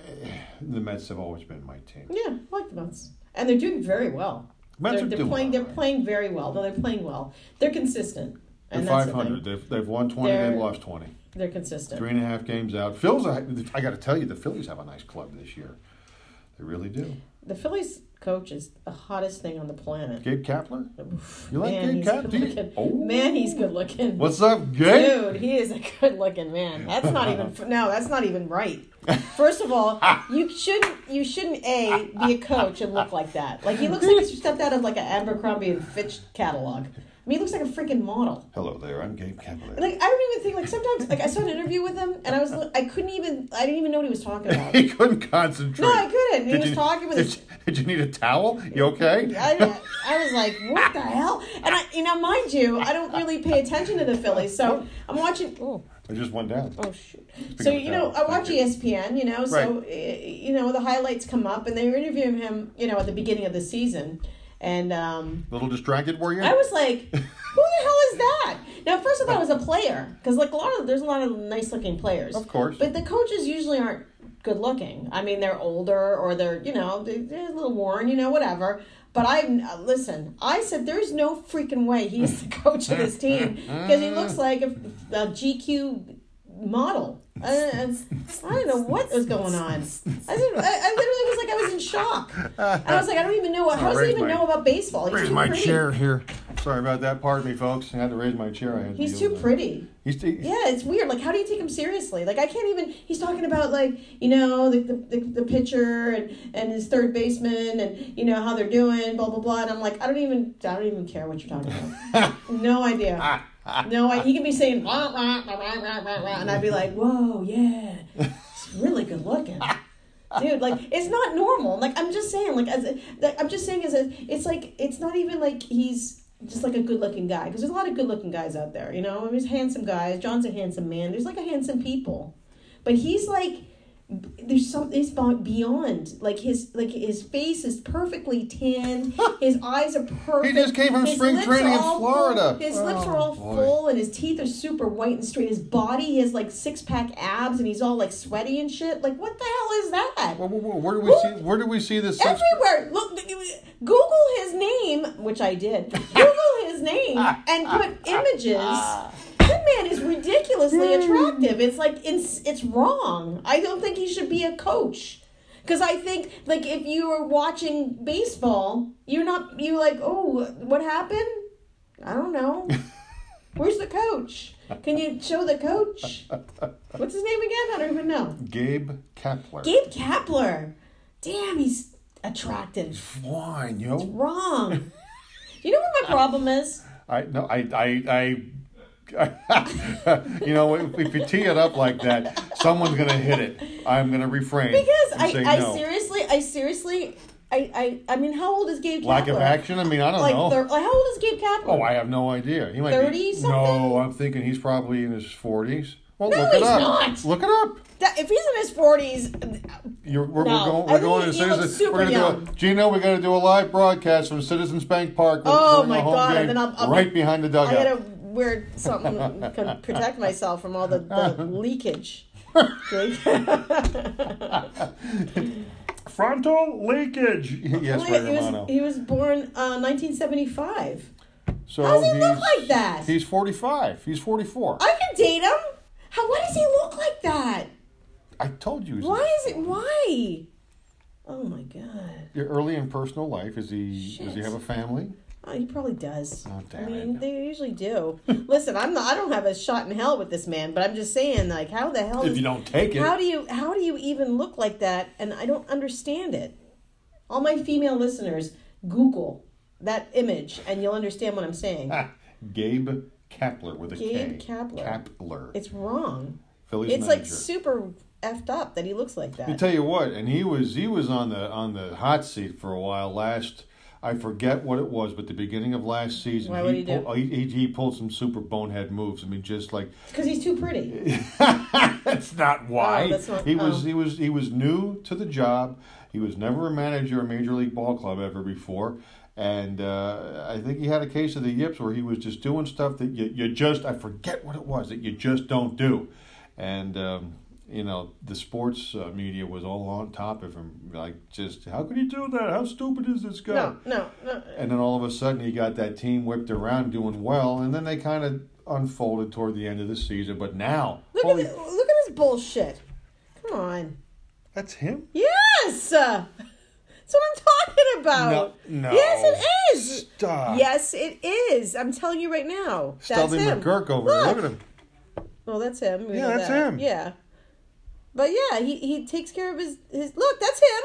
Speaker 1: the Mets have always been my team.
Speaker 2: Yeah, I like the Mets, and they're doing very well.
Speaker 1: Mets
Speaker 2: they're
Speaker 1: are
Speaker 2: they're
Speaker 1: doing
Speaker 2: playing.
Speaker 1: all
Speaker 2: They're
Speaker 1: right.
Speaker 2: playing very well. Though they're playing well. They're consistent.
Speaker 1: They're
Speaker 2: And that's the thing.
Speaker 1: 500. They've, they've won 20.
Speaker 2: They're-
Speaker 1: They've lost 20.
Speaker 2: They're consistent.
Speaker 1: Three and a half games out. Phil's, a, I got to tell you, the Phillies have a nice club this year. They really do.
Speaker 2: The Phillies coach is the hottest thing on the planet.
Speaker 1: Gabe Kapler? You like
Speaker 2: man,
Speaker 1: Gabe
Speaker 2: he's
Speaker 1: Kapler?
Speaker 2: good
Speaker 1: do you?
Speaker 2: looking.
Speaker 1: Oh.
Speaker 2: Man, he's good looking.
Speaker 1: What's up, Gabe?
Speaker 2: Dude, he is a good looking man. That's not even no, that's not even right. First of all, you shouldn't you shouldn't a be a coach and look like that. Like he looks like he stepped out of like an Abercrombie and Fitch catalog. I mean, he looks like a freaking model.
Speaker 1: Hello there, I'm Gabe Kapler.
Speaker 2: Like I don't even think like sometimes like I saw an interview with him and I was I couldn't even I didn't even know what he was talking about.
Speaker 1: he couldn't concentrate.
Speaker 2: No, I couldn't. He
Speaker 1: Did
Speaker 2: was
Speaker 1: you-
Speaker 2: talking with
Speaker 1: did,
Speaker 2: his-
Speaker 1: you- did you need a towel? You okay?
Speaker 2: I, I was like, what the hell? And I, you know, mind you, I don't really pay attention to the Phillies, so I'm watching. Oh,
Speaker 1: I just went down.
Speaker 2: oh shoot! So you know, I watch E ESPN. You know, so
Speaker 1: Right.
Speaker 2: eh, you know the highlights come up, and they were interviewing him. You know, at the beginning of the season, and um,
Speaker 1: A little distracted, were you?
Speaker 2: I was like, who the hell is that? Now, at first I thought it was a player, because like a lot of there's a lot of nice looking players,
Speaker 1: Of course.
Speaker 2: but the coaches usually aren't good looking. I mean, they're older or they're you know they- they're a little worn, you know, whatever. But I uh, listen. I said there's no freaking way he's the coach of this team because he looks like a, a GQ model. I, I, I don't know what was going on. I, said, I, I literally was like I was in shock. And I was like I don't even know what. How does he
Speaker 1: raise
Speaker 2: even
Speaker 1: my-
Speaker 2: know about baseball? He's
Speaker 1: Raise
Speaker 2: too
Speaker 1: my
Speaker 2: pretty.
Speaker 1: chair here. Sorry about that. Pardon me, folks. I had to raise my chair. I had to
Speaker 2: He's
Speaker 1: deal
Speaker 2: too
Speaker 1: with that.
Speaker 2: pretty.
Speaker 1: He's too,
Speaker 2: Yeah, it's weird. Like, how do you take him seriously? Like, I can't even. He's talking about like you know the the, the, the pitcher and, and his third baseman and you know how they're doing, blah blah blah. And I'm like, I don't even I don't even care what you're talking about. no idea. No, I, he can be saying rah, rah, rah, rah, rah, rah, rah, and I'd be like, whoa, yeah, it's really good looking. Dude, like it's not normal. Like I'm just saying, like as like, I'm just saying, as a, it's like it's not even like he's just like a good looking guy because there's a lot of good looking guys out there. You know, I mean, there's handsome guys. John's a handsome man. There's like a handsome people, but he's like there's something beyond. Like his like his face is perfectly tanned. his eyes are perfect.
Speaker 1: just came from
Speaker 2: His
Speaker 1: spring
Speaker 2: lips
Speaker 1: training
Speaker 2: are
Speaker 1: in
Speaker 2: all full-
Speaker 1: Florida.
Speaker 2: His lips are
Speaker 1: Oh,
Speaker 2: all
Speaker 1: boy.
Speaker 2: full and his teeth are super white and straight. His body, he has like six pack abs, and he's all like sweaty and shit. Like, what the hell is that?
Speaker 1: Whoa, whoa, whoa, Where do we
Speaker 2: Who-
Speaker 1: see? Where do we see this? six-
Speaker 2: Everywhere. Look, Google his name, which I did. Google his name and put images. That man is ridiculously attractive. It's like it's it's wrong. I don't think he should be a coach. Cause I think like if you were watching baseball, you're not you like oh what happened? I don't know. Where's the coach? Can you show the coach? What's his name again? I don't even know.
Speaker 1: Gabe Kapler.
Speaker 2: Gabe Kapler. Damn, he's attractive.
Speaker 1: Fine, yo.
Speaker 2: Wrong. You know what my problem is?
Speaker 1: I no, I I I. you know, if, if you tee it up like that, someone's gonna hit it. I'm gonna refrain
Speaker 2: Because
Speaker 1: and
Speaker 2: I,
Speaker 1: say
Speaker 2: I
Speaker 1: no.
Speaker 2: seriously, I seriously, I, I, I mean, how old is Gabe Kapler?
Speaker 1: Lack of action. I mean, I don't
Speaker 2: Like,
Speaker 1: know.
Speaker 2: thir- like, how old is Gabe Kapler?
Speaker 1: oh, I have no idea. He might be-
Speaker 2: 30 something?
Speaker 1: No, I'm thinking he's probably in his 40s. Well,
Speaker 2: No,
Speaker 1: look it
Speaker 2: he's
Speaker 1: up.
Speaker 2: not.
Speaker 1: Look it up.
Speaker 2: That- if he's in his forties,
Speaker 1: You're, we're,
Speaker 2: No,
Speaker 1: we're going.
Speaker 2: I
Speaker 1: We're
Speaker 2: think
Speaker 1: going
Speaker 2: he-
Speaker 1: as
Speaker 2: he
Speaker 1: soon
Speaker 2: looks
Speaker 1: as
Speaker 2: super
Speaker 1: we're gonna
Speaker 2: young.
Speaker 1: do a, Gino. We're gonna do a live broadcast from Citizens Bank Park.
Speaker 2: Oh,
Speaker 1: during
Speaker 2: my
Speaker 1: the home
Speaker 2: God, and
Speaker 1: game,
Speaker 2: then I'll- I'll-
Speaker 1: right behind the
Speaker 2: I
Speaker 1: dugout.
Speaker 2: gotta wear something to protect myself from all the, the leakage. Like-
Speaker 1: Frontal leakage. yes, Ray
Speaker 2: he,
Speaker 1: Romano.
Speaker 2: was, he was born uh, 1975.
Speaker 1: so
Speaker 2: How does he look
Speaker 1: he's-
Speaker 2: like that?
Speaker 1: He's 45. He's 44. I,
Speaker 2: I could date him. How? Why does he look like that?
Speaker 1: told you. he's-
Speaker 2: Why is it? Why? Oh my god!
Speaker 1: You're early in personal life. Is he? Does he
Speaker 2: Shit.
Speaker 1: have a family?
Speaker 2: Oh, he probably does.
Speaker 1: Oh, damn
Speaker 2: I mean,
Speaker 1: it.
Speaker 2: they usually do. Listen, I'm not. I don't have a shot in hell with this man, but I'm just saying, like, how the hell?
Speaker 1: If
Speaker 2: is-
Speaker 1: you don't take it.
Speaker 2: how do you? How do you even look like that? And I don't understand it. All my female listeners, Google that image, and you'll understand what I'm saying.
Speaker 1: Ah, Gabe Kapler with a K.
Speaker 2: Gabe Kapler.
Speaker 1: Kapler.
Speaker 2: It's wrong.
Speaker 1: Phillies
Speaker 2: It's
Speaker 1: manager.
Speaker 2: like super effed up that he looks like
Speaker 1: I
Speaker 2: that.
Speaker 1: tell you what, and he was he was on the on the hot seat for a while last. I forget what it was, but the beginning of last season,
Speaker 2: Why, what'd he do?
Speaker 1: pulled, he, he, he pulled some super bonehead moves. I mean, just like
Speaker 2: Because he's too pretty.
Speaker 1: that's not why.
Speaker 2: Oh, that's not-
Speaker 1: he was
Speaker 2: oh.
Speaker 1: he was he was new to the job. He was never a manager of a major league ball club ever before. And uh, I think he had a case of the yips where he was just doing stuff that you, you just I forget what it was that you just don't do, and um, you know the sports uh, media was all on top of him like just how could he do that how stupid is this guy
Speaker 2: No, no, no.
Speaker 1: and then all of a sudden, he got that team whipped around doing well, and then they kind of unfolded toward the end of the season. But now,
Speaker 2: Look
Speaker 1: holy,
Speaker 2: at this, look at this bullshit. Come on.
Speaker 1: that's him.
Speaker 2: Yes. uh, That's what I'm talking about.
Speaker 1: No, no.
Speaker 2: Yes, it is.
Speaker 1: Stop.
Speaker 2: Yes, it is. I'm telling you right now. That's
Speaker 1: Stubby
Speaker 2: him.
Speaker 1: McGurk over
Speaker 2: Look.
Speaker 1: there. Look at him.
Speaker 2: Well, that's him. We
Speaker 1: Yeah,
Speaker 2: know
Speaker 1: that's
Speaker 2: that.
Speaker 1: him.
Speaker 2: Yeah. But yeah, he, he takes care of his, his. Look, that's him.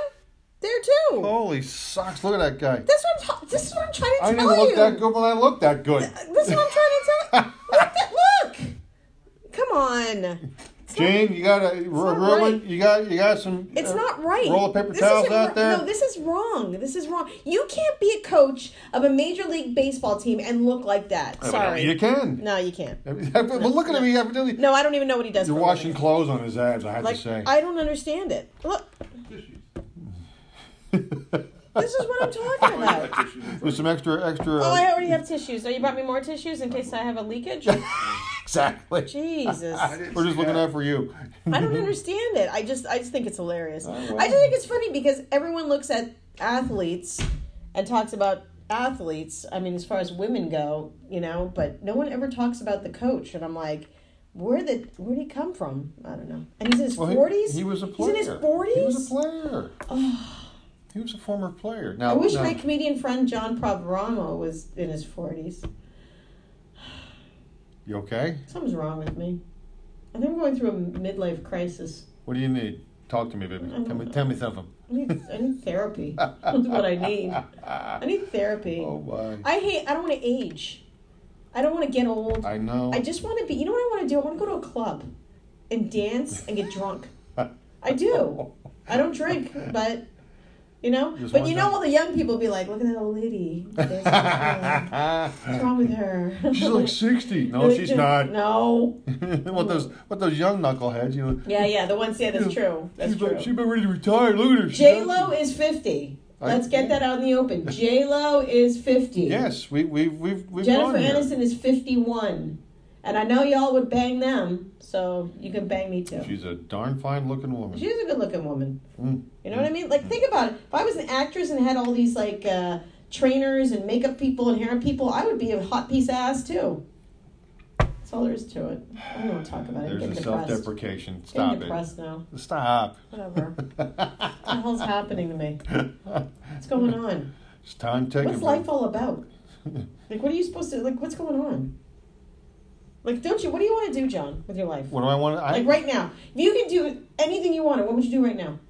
Speaker 2: There too.
Speaker 1: Holy socks! Look at that guy.
Speaker 2: That's what I'm. Ta- this is what I'm trying to
Speaker 1: Oh. I
Speaker 2: tell
Speaker 1: didn't look
Speaker 2: you.
Speaker 1: that good when I looked that good.
Speaker 2: This is what I'm trying to tell. look, that, look. Come on.
Speaker 1: Gene, you got a
Speaker 2: not
Speaker 1: ruin.
Speaker 2: right.
Speaker 1: You got you got some.
Speaker 2: It's
Speaker 1: uh,
Speaker 2: not right.
Speaker 1: Roll of paper
Speaker 2: This
Speaker 1: towels
Speaker 2: isn't
Speaker 1: out
Speaker 2: ri-
Speaker 1: there.
Speaker 2: No, this is wrong. This is wrong. You can't be a coach of a major league baseball team and look like that. Sorry.
Speaker 1: you can.
Speaker 2: No, you can't.
Speaker 1: but look at him. He evidently
Speaker 2: No, I don't even know what he does.
Speaker 1: you're
Speaker 2: for a living.
Speaker 1: washing clothes on his abs. I have
Speaker 2: Like
Speaker 1: to say.
Speaker 2: I don't understand it. Look, this is what I'm talking about.
Speaker 1: There's some extra extra.
Speaker 2: Oh, I already have tissues. Oh, you brought me more tissues in case I have a leakage.
Speaker 1: exactly.
Speaker 2: Jesus, I
Speaker 1: We're just looking out for you.
Speaker 2: don't understand it. I just, I just think it's hilarious.
Speaker 1: Mm-hmm. Oh, well.
Speaker 2: I just think it's funny because everyone looks at athletes and talks about athletes. I mean, as far as women go, you know, but no one ever talks about the coach. And I'm like, where the, where would he come from? I don't know. And he's in his
Speaker 1: Well, he-
Speaker 2: forties.
Speaker 1: He, was a player.
Speaker 2: He's in his forties.
Speaker 1: He was a player. he was a former player. Now,
Speaker 2: I wish
Speaker 1: now-
Speaker 2: my comedian friend John Provoramo was in his 40s.
Speaker 1: you okay?
Speaker 2: Something's wrong with me. I think I'm going through a midlife crisis.
Speaker 1: What do you need? Talk to me, baby. Tell me, tell me something.
Speaker 2: I need, I need therapy. That's what I need. I need therapy.
Speaker 1: Oh my!
Speaker 2: I hate, I don't want to age. I don't want to get old.
Speaker 1: I know.
Speaker 2: I just want to be, you know what I want to do? I want to go to a club and dance and get drunk. I do. I don't drink, but, you know?
Speaker 1: Just
Speaker 2: But
Speaker 1: one
Speaker 2: you know,
Speaker 1: time.
Speaker 2: all the young people be like, look at that old lady. Dancing around. What's wrong with her?
Speaker 1: she's like sixty. No, she's not.
Speaker 2: No.
Speaker 1: what those what those young knuckleheads? You know.
Speaker 2: Yeah, yeah. The ones yeah, that's true. That's
Speaker 1: she's, Been, she's
Speaker 2: true.
Speaker 1: been ready to retire. Look at her. She's
Speaker 2: J Lo
Speaker 1: out-
Speaker 2: is fifty.
Speaker 1: I-
Speaker 2: Let's get that out in the open. J Lo is fifty.
Speaker 1: Yes, we we we've we've
Speaker 2: Jennifer
Speaker 1: gone here.
Speaker 2: Aniston is fifty-one, and I know y'all would bang them, so you can bang me too.
Speaker 1: She's a darn fine looking woman.
Speaker 2: She's a good-looking woman.
Speaker 1: Mm.
Speaker 2: You know what I mean? Like, think about it. If I was an actress and had all these like uh, trainers and makeup people and hair people, I would be a hot piece of ass too. That's all there is to it. I don't want to talk about it. I'm
Speaker 1: There's a
Speaker 2: getting
Speaker 1: self
Speaker 2: depressed.
Speaker 1: deprecation.
Speaker 2: Getting
Speaker 1: Stop it.
Speaker 2: depressed now.
Speaker 1: Stop.
Speaker 2: Whatever. what the hell's happening to me? What's going on?
Speaker 1: It's time taken.
Speaker 2: What's life all about? Like, what are you supposed to, like, what's going on? Like, don't you, what do you want to do, John, with your life?
Speaker 1: What do I want? I,
Speaker 2: Like, right now, if you could do anything you wanted, what would you do right now?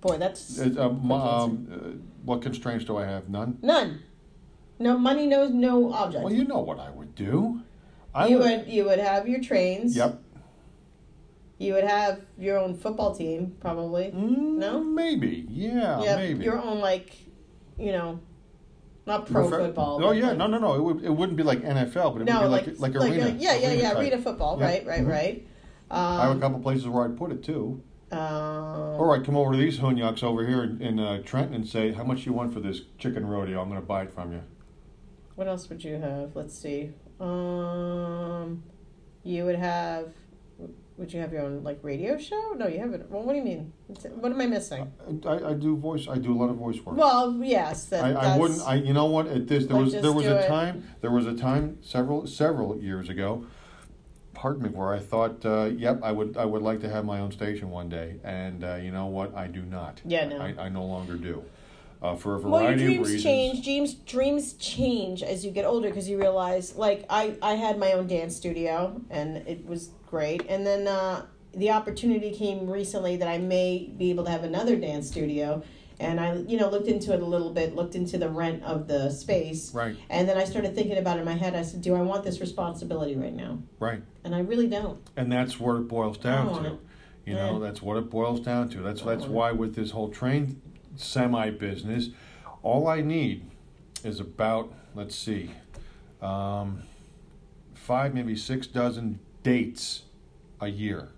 Speaker 2: Boy, that's
Speaker 1: It's, um, um, uh, what constraints do I have? None.
Speaker 2: none. No money, no no object.
Speaker 1: Well, you know what I would do. I
Speaker 2: you would you would have your trains.
Speaker 1: Yep.
Speaker 2: You would have your own football team, probably.
Speaker 1: Mm,
Speaker 2: No?
Speaker 1: Maybe. Yeah.
Speaker 2: yeah,
Speaker 1: maybe.
Speaker 2: your own like, you know, not pro
Speaker 1: Profe-
Speaker 2: football.
Speaker 1: Oh
Speaker 2: but,
Speaker 1: yeah.
Speaker 2: like-
Speaker 1: No, no, no. It would. It wouldn't be like NFL, but it
Speaker 2: no,
Speaker 1: would
Speaker 2: like
Speaker 1: be like like, arena.
Speaker 2: uh, yeah, yeah, yeah,
Speaker 1: type.
Speaker 2: arena football,
Speaker 1: Yeah.
Speaker 2: right, right,
Speaker 1: Mhm.
Speaker 2: right.
Speaker 1: I have a
Speaker 2: Um,
Speaker 1: couple places where I'd put it too.
Speaker 2: um,
Speaker 1: Or I'd come over to these hunyucks over here in, in uh, Trenton and say, "How much you want for this chicken rodeo? I'm going to buy it from you."
Speaker 2: what else would you have? Let's see. Um, you would have. Would you have your own like radio show? No, you haven't. Well, what do you mean? It's- What am I missing?
Speaker 1: Uh, I, I do voice. I do a lot of voice work.
Speaker 2: Well, yes, that,
Speaker 1: I, I
Speaker 2: that's,
Speaker 1: wouldn't. I you know what? At this there
Speaker 2: Like,
Speaker 1: was
Speaker 2: just
Speaker 1: there was
Speaker 2: do
Speaker 1: a
Speaker 2: it.
Speaker 1: time there was a time several several years ago. Pardon me, where I thought, uh, yep, I would I would like to have my own station one day, and uh, you know what? I do not.
Speaker 2: Yeah, no.
Speaker 1: I, I no longer do, uh, for a
Speaker 2: well, your
Speaker 1: variety of
Speaker 2: dreams
Speaker 1: reasons.
Speaker 2: change. Dreams dreams change as you get older because you realize, like I, I had my own dance studio and it was great, and then uh, the opportunity came recently that I may be able to have another dance studio, and I, you know, looked into it a little bit, looked into the rent of the space.
Speaker 1: Right.
Speaker 2: And then I started thinking about it in my head. I said, do I want this responsibility right now?
Speaker 1: Right.
Speaker 2: And I really don't.
Speaker 1: And that's what it boils
Speaker 2: I
Speaker 1: down
Speaker 2: don't
Speaker 1: to.
Speaker 2: want
Speaker 1: You know,
Speaker 2: Yeah.
Speaker 1: that's what it boils down to. That's that's
Speaker 2: want it.
Speaker 1: why with this whole train semi business, all I need is about let's see, um, five maybe six dozen dates a year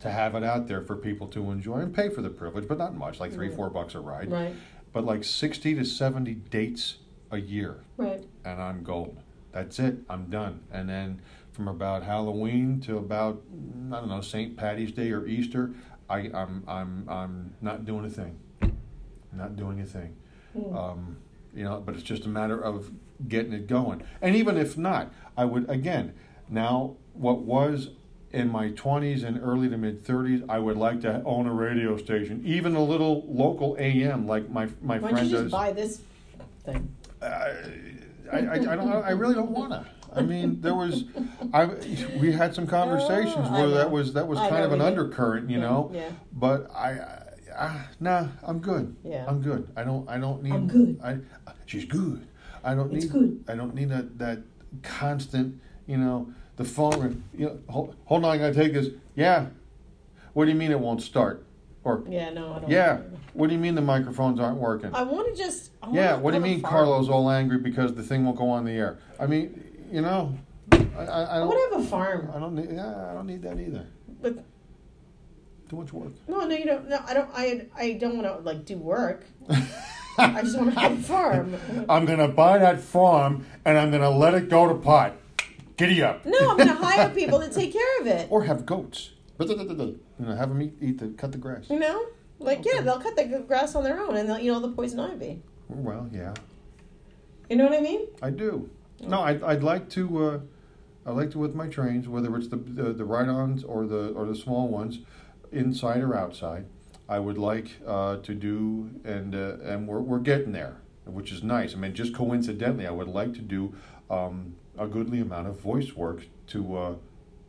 Speaker 1: to have it out there for people to enjoy and pay for the privilege, but not much, like three
Speaker 2: Right.
Speaker 1: four bucks a ride,
Speaker 2: Right.
Speaker 1: but like sixty to seventy dates a year
Speaker 2: Right.
Speaker 1: and I'm gold. That's it. I'm done. And then from about Halloween to about mm, I don't know St. Patty's Day or Easter, I, I'm I'm I'm not doing a thing. Not doing a thing.
Speaker 2: Hmm.
Speaker 1: Um, you know, but it's just a matter of getting it going. And even if not, I would again now what was in my 20s and early to mid 30s i would like to own a radio station even a little local am like my my
Speaker 2: Why
Speaker 1: friend
Speaker 2: don't you just
Speaker 1: does
Speaker 2: buy this thing?
Speaker 1: I, I, I don't. I really don't want to. I mean, there was, I we had some conversations
Speaker 2: Oh, I
Speaker 1: where
Speaker 2: know.
Speaker 1: that was that was
Speaker 2: I
Speaker 1: kind
Speaker 2: know
Speaker 1: of an
Speaker 2: we did.
Speaker 1: undercurrent, you
Speaker 2: Yeah,
Speaker 1: know.
Speaker 2: yeah.
Speaker 1: But I, I, I, nah, I'm good.
Speaker 2: Yeah.
Speaker 1: I'm good. I don't. I don't need.
Speaker 2: I'm good.
Speaker 1: I, she's good. I don't
Speaker 2: It's
Speaker 1: need.
Speaker 2: good.
Speaker 1: I don't need that that constant. You know, the phone. ring, You know, hold, hold on. I gotta take this. Yeah. What do you mean it won't start? Or
Speaker 2: Yeah, no, I don't.
Speaker 1: yeah. What do you mean the microphones aren't working?
Speaker 2: I want to just. I
Speaker 1: Yeah,
Speaker 2: wanna
Speaker 1: what do you
Speaker 2: have a
Speaker 1: mean
Speaker 2: farm.
Speaker 1: Carlo's all angry because the thing won't go on the air? I mean, you know, I, I, I
Speaker 2: I
Speaker 1: don't,
Speaker 2: want to have a farm.
Speaker 1: I don't need, yeah, I don't need that either.
Speaker 2: But
Speaker 1: Too much work.
Speaker 2: no, no, you don't. No, I don't. I I don't want to like do work. I just want to have a farm.
Speaker 1: I'm gonna buy that farm and I'm gonna let it go to pot. Giddy up.
Speaker 2: No, I'm going to hire people to take care of it.
Speaker 1: Or have goats. You know, have them eat, eat the, cut the grass.
Speaker 2: You know, like yeah, they'll cut the g- grass on their own and they'll eat all the poison ivy.
Speaker 1: Well, yeah,
Speaker 2: You know what I mean?
Speaker 1: I do. No, I'd, I'd like to. Uh, I like to with my trains, whether it's the the, the ride-ons or the or the small ones, inside or outside. I would like uh, to do, and uh, and we're we're getting there, which is nice. I mean, just coincidentally, I would like to do um, a goodly amount of voice work to uh,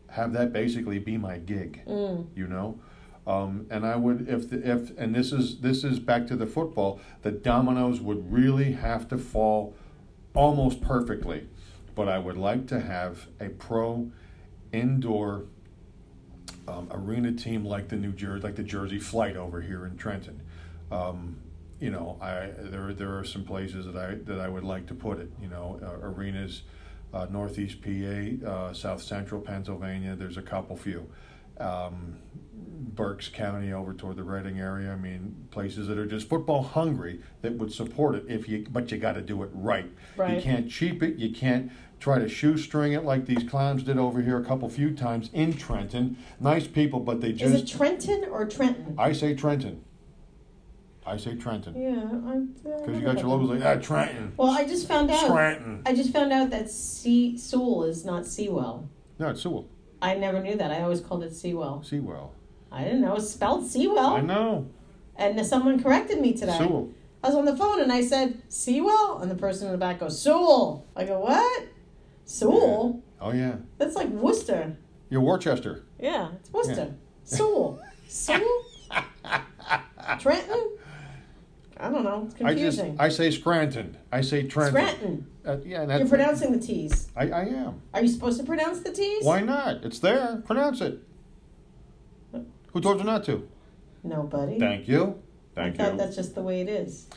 Speaker 1: have that basically be my gig. You know. Um, and I would, if the, if, and this is this is back to the football. The dominoes would really have to fall almost perfectly, but I would like to have a pro indoor um, arena team like the New Jersey, like the Jersey Flight over here in Trenton. Um, you know, I there there are some places that I that I would like to put it. You know, uh, arenas, uh, Northeast PA, uh, South Central Pennsylvania. There's a couple few. Um, Berks County over toward the Reading area. I mean, places that are just football hungry that would support it if you, but you got to do it right. You
Speaker 2: Right.
Speaker 1: can't cheap it. You can't try to shoestring it like these clowns did over here a couple few times in Trenton. Nice people, but they
Speaker 2: Is it
Speaker 1: just.
Speaker 2: Trenton or Trenton?
Speaker 1: I say Trenton. I say Trenton
Speaker 2: Yeah, I'm.
Speaker 1: because you got your logos like ah Trenton,
Speaker 2: Well, I just found out.
Speaker 1: Trenton.
Speaker 2: I just found out that Sea Sewell is not Sewell.
Speaker 1: No, it's Sewell,
Speaker 2: I never knew that. I always called it Sewell.
Speaker 1: Sewell.
Speaker 2: I didn't know it's spelled
Speaker 1: I
Speaker 2: Sewell.
Speaker 1: know
Speaker 2: And someone corrected me today.
Speaker 1: Sewell.
Speaker 2: I was on the phone and I said Sewell, and the person in the back goes Sewell. I go what? Sewell?
Speaker 1: Oh yeah,
Speaker 2: That's like Worcester.
Speaker 1: you're Worcester.
Speaker 2: Yeah, it's Worcester. Sewell. Sewell. Trenton. I don't know. It's
Speaker 1: I just
Speaker 2: confusing.
Speaker 1: I say Scranton. I say Trenton.
Speaker 2: Scranton.
Speaker 1: Uh, yeah, and
Speaker 2: You're
Speaker 1: that's
Speaker 2: pronouncing the T's.
Speaker 1: I, I am.
Speaker 2: Are you supposed to pronounce the T's?
Speaker 1: Why not? It's there. Pronounce it. Who told you not to?
Speaker 2: Nobody.
Speaker 1: Thank you.
Speaker 2: I thought that's just the way it is.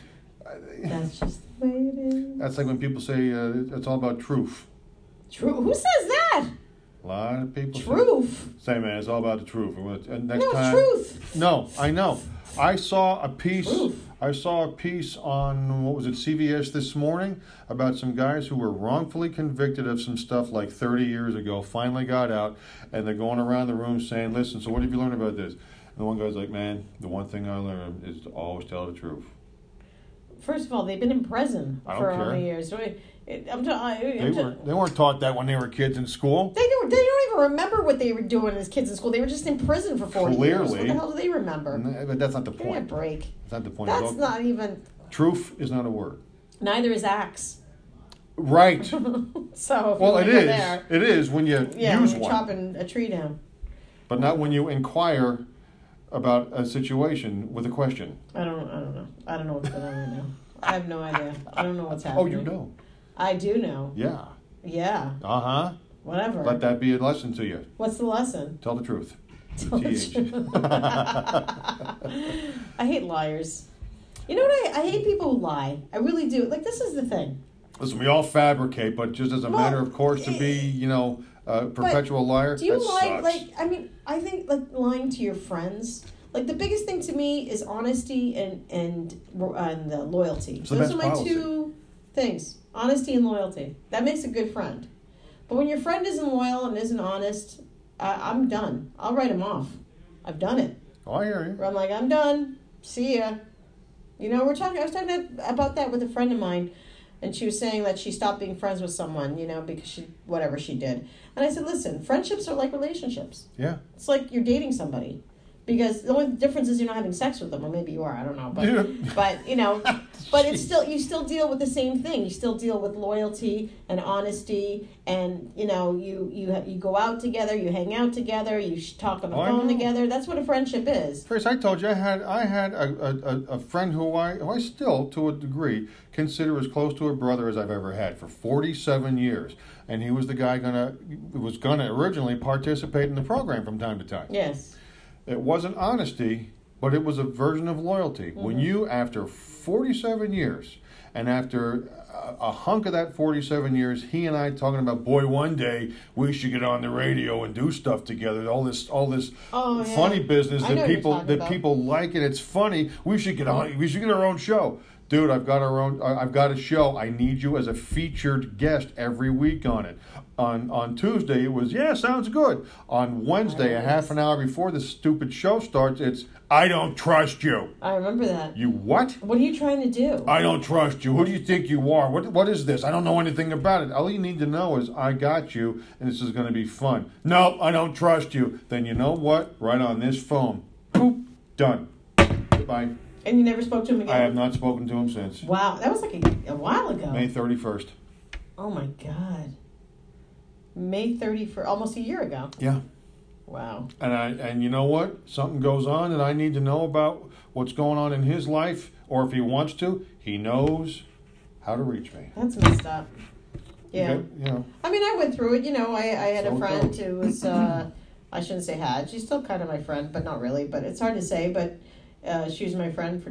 Speaker 2: That's just the way it is.
Speaker 1: That's like when people say uh, it's all about truth.
Speaker 2: True. Who says that?
Speaker 1: A lot of people say-
Speaker 2: Truth.
Speaker 1: say, man, it's all about the truth. And what- and next
Speaker 2: No, it's
Speaker 1: time,
Speaker 2: truth.
Speaker 1: No, I know. I saw a piece.
Speaker 2: Truth.
Speaker 1: I saw a piece on what was it, CVS this morning, about some guys who were wrongfully convicted of some stuff like 30 years ago. Finally got out, and they're going around the room saying, "Listen, so what have you learned about this?" And the one guy's like, "Man, the one thing I learned is to always tell the truth."
Speaker 2: First of all, they've been in prison
Speaker 1: I don't
Speaker 2: for how
Speaker 1: care.
Speaker 2: many years? Wait, it- I'm ta- I-
Speaker 1: They
Speaker 2: I'm ta-
Speaker 1: were they weren't taught that when they were kids in school.
Speaker 2: They don't. They don't even remember what they were doing as kids in school. They were just in prison for forty years. What
Speaker 1: Clearly.
Speaker 2: the hell do they remember?
Speaker 1: And that- But that's not the
Speaker 2: Give me a
Speaker 1: point.
Speaker 2: break.
Speaker 1: That's not the point.
Speaker 2: That's
Speaker 1: Don't-
Speaker 2: not even.
Speaker 1: Truth is not a word.
Speaker 2: Neither is axe.
Speaker 1: Right.
Speaker 2: So if you
Speaker 1: Well,
Speaker 2: wanna
Speaker 1: it
Speaker 2: go
Speaker 1: is.
Speaker 2: There,
Speaker 1: It is when you
Speaker 2: yeah,
Speaker 1: use
Speaker 2: you're
Speaker 1: one,
Speaker 2: chopping a tree down.
Speaker 1: but not when you inquire about a situation with a question.
Speaker 2: I don't. I don't know. I don't know what's going on right now. I have no idea. I don't know what's happening.
Speaker 1: Oh, you know.
Speaker 2: I do know.
Speaker 1: Yeah.
Speaker 2: Yeah.
Speaker 1: Uh huh.
Speaker 2: Whatever.
Speaker 1: Let that be a lesson to you.
Speaker 2: what's the lesson?
Speaker 1: Tell the truth.
Speaker 2: Tell the
Speaker 1: TH.
Speaker 2: truth. I hate liars. You know what? I, I hate people who lie. I really do. Like this is the thing.
Speaker 1: Listen, we all fabricate, but just as a
Speaker 2: Well,
Speaker 1: matter of course, to be, you know, a perpetual liar.
Speaker 2: Do you
Speaker 1: that
Speaker 2: lie?
Speaker 1: sucks.
Speaker 2: Like I mean, I think like lying to your friends. Like the biggest thing to me is honesty and and and uh, loyalty.
Speaker 1: It's the
Speaker 2: Those
Speaker 1: best
Speaker 2: are my
Speaker 1: policy.
Speaker 2: two things: honesty and loyalty. That makes a good friend. But when your friend isn't loyal and isn't honest, I, I'm done. I'll write him off. I've done it.
Speaker 1: Oh, I hear you.
Speaker 2: where I'm like, I'm done. See ya. You know, we're talking. I was talking about that with a friend of mine, and she was saying that she stopped being friends with someone, you know, because she whatever she did. And I said, listen, friendships are like relationships.
Speaker 1: Yeah.
Speaker 2: It's like you're dating somebody, because the only difference is you're not having sex with them, or maybe you are. I don't know, but but you know, but it's still you still deal with the same thing. You still deal with loyalty and honesty, and you know, you you you go out together, you hang out together, you sh- talk on the
Speaker 1: Oh, I
Speaker 2: phone
Speaker 1: know.
Speaker 2: together. That's what a friendship is.
Speaker 1: Chris, I told you I had I had a, a, a- a friend who I who I still to a degree consider as close to a brother as I've ever had for 47 years, and he was the guy gonna was gonna originally participate in the program from time to time.
Speaker 2: Yes.
Speaker 1: It wasn't honesty, but it was a version of loyalty. When
Speaker 2: Mm-hmm.
Speaker 1: you, after 47 years, and after a, a hunk of that 47 years, he and I talking about, boy, one day we should get on the radio and do stuff together. All this, all this
Speaker 2: Oh, yeah.
Speaker 1: funny business
Speaker 2: I know
Speaker 1: that
Speaker 2: what you're
Speaker 1: people
Speaker 2: talking
Speaker 1: that
Speaker 2: about.
Speaker 1: people like, and it's funny. We should get on. We should get our own show. Dude, I've got our own. I- I've got a show. I need you as a featured guest every week on it. On on Tuesday, it was yeah, sounds good. On Wednesday, a half an hour before the stupid show starts, it's I don't trust you.
Speaker 2: I remember that.
Speaker 1: You what?
Speaker 2: What are you trying to do?
Speaker 1: I don't trust you. Who do you think you are? What what is this? I don't know anything about it. All you need to know is I got you and this is going to be fun. No, I don't trust you. Then you know what? Right on this phone. Boop. Done. Goodbye.
Speaker 2: and you never spoke to him again?
Speaker 1: I have not spoken to him since
Speaker 2: Wow, that was like a, a while ago.
Speaker 1: May 31st.
Speaker 2: oh my God. May 31st, almost a year ago.
Speaker 1: Yeah.
Speaker 2: Wow.
Speaker 1: And I and you know what? Something goes on and I need to know about what's going on in his life or if he wants to, he knows how to reach me.
Speaker 2: That's messed up. Yeah.
Speaker 1: Okay? You know.
Speaker 2: I mean, I went through it. You know, I, I had
Speaker 1: So
Speaker 2: a
Speaker 1: it
Speaker 2: friend
Speaker 1: goes.
Speaker 2: who was, uh, I shouldn't say had. She's still kind of my friend, but not really. But it's hard to say. But uh, she was my friend for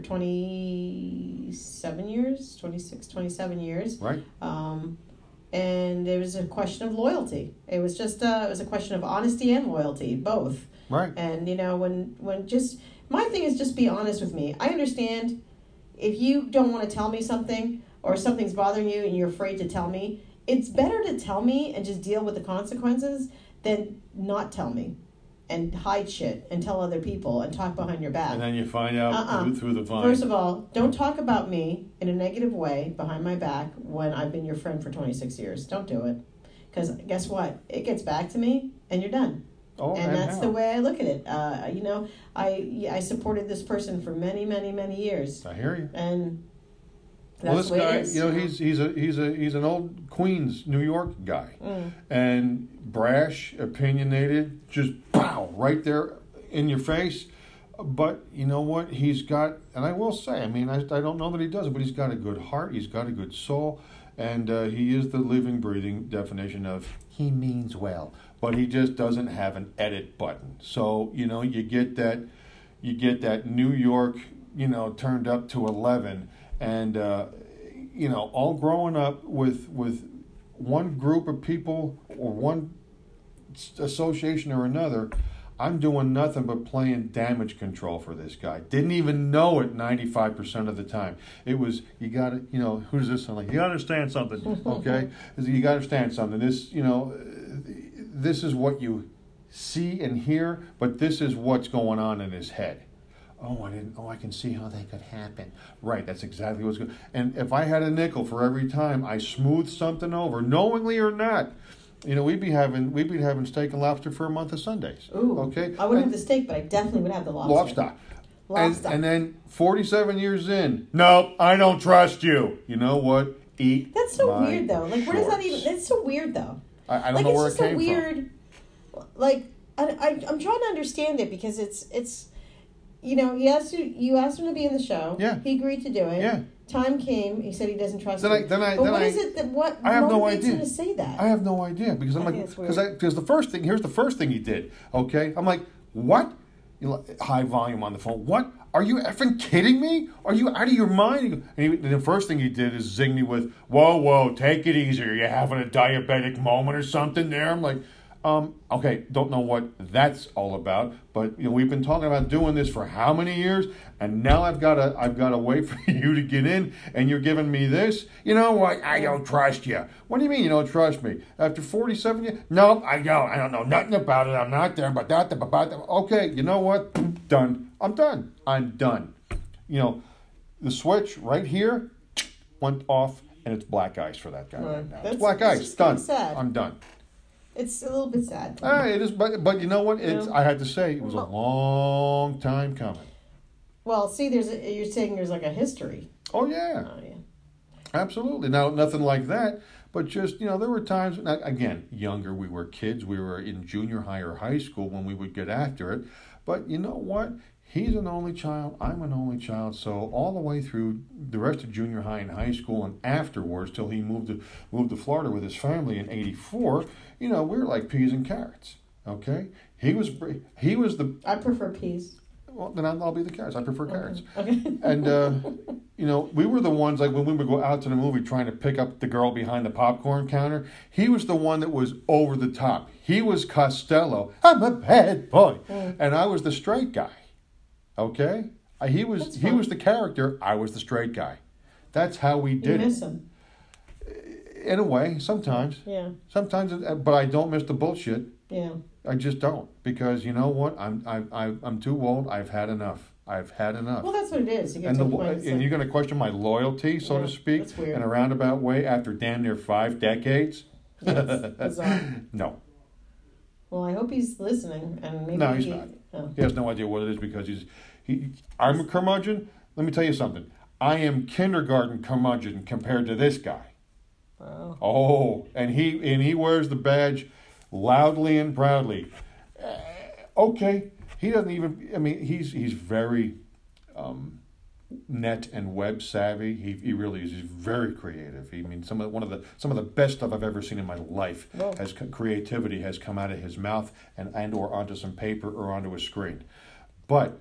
Speaker 2: 27 years, 26, 27 years.
Speaker 1: Right?
Speaker 2: um, and it was a question of loyalty. It was just uh, it was a question of honesty and loyalty, both.
Speaker 1: Right.
Speaker 2: And you know, when when just my thing is just be honest with me. I understand if you don't want to tell me something or something's bothering you and you're afraid to tell me. It's better to tell me and just deal with the consequences than not tell me and hide shit and tell other people and talk behind your back.
Speaker 1: And then you find out
Speaker 2: Uh-uh.
Speaker 1: through, through the vine.
Speaker 2: First of all, don't talk about me in a negative way behind my back when I've been your friend for 26 years. Don't do it. Because guess what? It gets back to me and you're done.
Speaker 1: oh,
Speaker 2: and that's
Speaker 1: how.
Speaker 2: the way I look at it. Uh, you know, I, I supported this person for many, many, many years.
Speaker 1: I hear you.
Speaker 2: And that's
Speaker 1: Well, this
Speaker 2: the way
Speaker 1: guy,
Speaker 2: it is.
Speaker 1: you know, he's he's a he's a he's an old Queens, New York guy, and brash, opinionated, just pow right there in your face. But you know what? He's got, and I will say, I mean, I, I don't know that he does it, but he's got a good heart. He's got a good soul, and uh, he is the living, breathing definition of he means well. But he just doesn't have an edit button. So you know, you get that you get that New York, you know, turned up to eleven, and uh, you know, all growing up with with one group of people or one s- association or another. I'm doing nothing but playing damage control for this guy. Didn't even know it 95% of the time. It was, you gotta, you know, who's this? I'm like, you gotta understand something, okay? you gotta understand something. This, you know, this is what you see and hear, but this is what's going on in his head. Oh, I didn't. Oh, I can see how that could happen. Right, that's exactly what's going. And if I had a nickel for every time I smoothed something over, knowingly or not, you know, we'd be having we'd be having steak and lobster for a month of Sundays.
Speaker 2: Ooh,
Speaker 1: okay.
Speaker 2: I wouldn't have
Speaker 1: And
Speaker 2: the steak, but I definitely would have the lobster.
Speaker 1: lobster. And-
Speaker 2: Lobster.
Speaker 1: And, then forty-seven years in, no, I don't trust you. You know what? Eat.
Speaker 2: That's so
Speaker 1: my
Speaker 2: weird, though. Like, where does that
Speaker 1: shorts.
Speaker 2: even? That's so weird, though.
Speaker 1: I- I don't
Speaker 2: like,
Speaker 1: know
Speaker 2: it's
Speaker 1: where it
Speaker 2: just
Speaker 1: came
Speaker 2: a
Speaker 1: from.
Speaker 2: weird, Like, I, I, I'm trying to understand it because it's it's you know, he asked you. You asked him to be in the show.
Speaker 1: Yeah.
Speaker 2: He agreed to do it.
Speaker 1: Yeah.
Speaker 2: Time came. He said he doesn't trust.
Speaker 1: Then
Speaker 2: me.
Speaker 1: I- then I-
Speaker 2: But
Speaker 1: then
Speaker 2: what
Speaker 1: I-
Speaker 2: is it that what?
Speaker 1: I have no
Speaker 2: motivates
Speaker 1: idea.
Speaker 2: him to say that.
Speaker 1: I have no idea because I'm
Speaker 2: I think
Speaker 1: like
Speaker 2: it's weird.
Speaker 1: because I because the first thing here's the first thing he did. Okay, I'm like what? You know, High volume on the phone. What? Are you effing kidding me? Are you out of your mind? And, he, and the first thing he did is zing me with, "Whoa, whoa, take it easy. Are you having a diabetic moment or something?" There, I'm like, um, okay, don't know what that's all about, but you know we've been talking about doing this for how many years, and now I've got to I've got to wait for you to get in, and you're giving me this. You know what? I don't trust you. What do you mean you don't trust me? After 47 years? No, I don't. I don't know nothing about it. I'm not there. But that, but that. Okay, you know what? Done. I'm done. I'm done. You know, the switch right here went off, and it's black ice for that guy right
Speaker 2: Right.
Speaker 1: now. It's
Speaker 2: That's-
Speaker 1: black
Speaker 2: that's
Speaker 1: ice.
Speaker 2: just
Speaker 1: Done.
Speaker 2: kinda sad.
Speaker 1: I'm done.
Speaker 2: It's a little bit sad.
Speaker 1: Ah, it is, but but you know what? It's
Speaker 2: Yeah.
Speaker 1: I had to say it was a
Speaker 2: Well-
Speaker 1: long time coming.
Speaker 2: Well, see, there's a, you're saying there's like a history.
Speaker 1: Oh yeah,
Speaker 2: Oh yeah.
Speaker 1: absolutely. Now nothing like that, but just you know there were times. Now, again, younger we were kids. We were in junior high or high school when we would get after it. But you know what? He's an only child. I'm an only child. So all the way through the rest of junior high and high school and afterwards, till he moved to moved to Florida with his family in '84. You know we were like peas and carrots. Okay, he was he was the
Speaker 2: I prefer peas.
Speaker 1: Well, then I'll, I'll be the carrots. I prefer carrots.
Speaker 2: Okay.
Speaker 1: And, uh, you know, we were the ones, like when we would go out to the movie trying to pick up the girl behind the popcorn counter, he was the one that was over the top. He was Costello. I'm a bad boy.
Speaker 2: Mm.
Speaker 1: And I was the straight guy. Okay? Uh, He was he
Speaker 2: fine.
Speaker 1: was the character. I was the straight guy. That's how we
Speaker 2: You
Speaker 1: did
Speaker 2: miss
Speaker 1: it.
Speaker 2: them.
Speaker 1: In a way, sometimes.
Speaker 2: Yeah.
Speaker 1: Sometimes, uh, but I don't miss the bullshit.
Speaker 2: Yeah.
Speaker 1: I just don't because you know what? I'm I'm I'm I'm too old. I've had enough. I've had enough.
Speaker 2: Well, that's what it is. You get
Speaker 1: and
Speaker 2: to
Speaker 1: the,
Speaker 2: a point. it's
Speaker 1: and
Speaker 2: like-
Speaker 1: you're going to question my loyalty, so
Speaker 2: Yeah,
Speaker 1: to speak,
Speaker 2: that's weird.
Speaker 1: in a roundabout way after damn near five decades.
Speaker 2: That's bizarre.
Speaker 1: No,
Speaker 2: Well, I hope he's listening, and maybe
Speaker 1: No, he's
Speaker 2: he,
Speaker 1: not.
Speaker 2: Oh.
Speaker 1: he has no idea what it is because he's he. I'm a curmudgeon. Let me tell you something. I am kindergarten curmudgeon compared to this guy.
Speaker 2: Wow.
Speaker 1: Oh, and he and he wears the badge loudly and proudly. Uh, okay, he doesn't even. I mean, he's he's very um, net and web savvy. He, he really is. He's very creative. I mean, some of one of the some of the best stuff I've ever seen in my life
Speaker 2: Wow.
Speaker 1: has co- creativity has come out of his mouth and and or onto some paper or onto a screen. But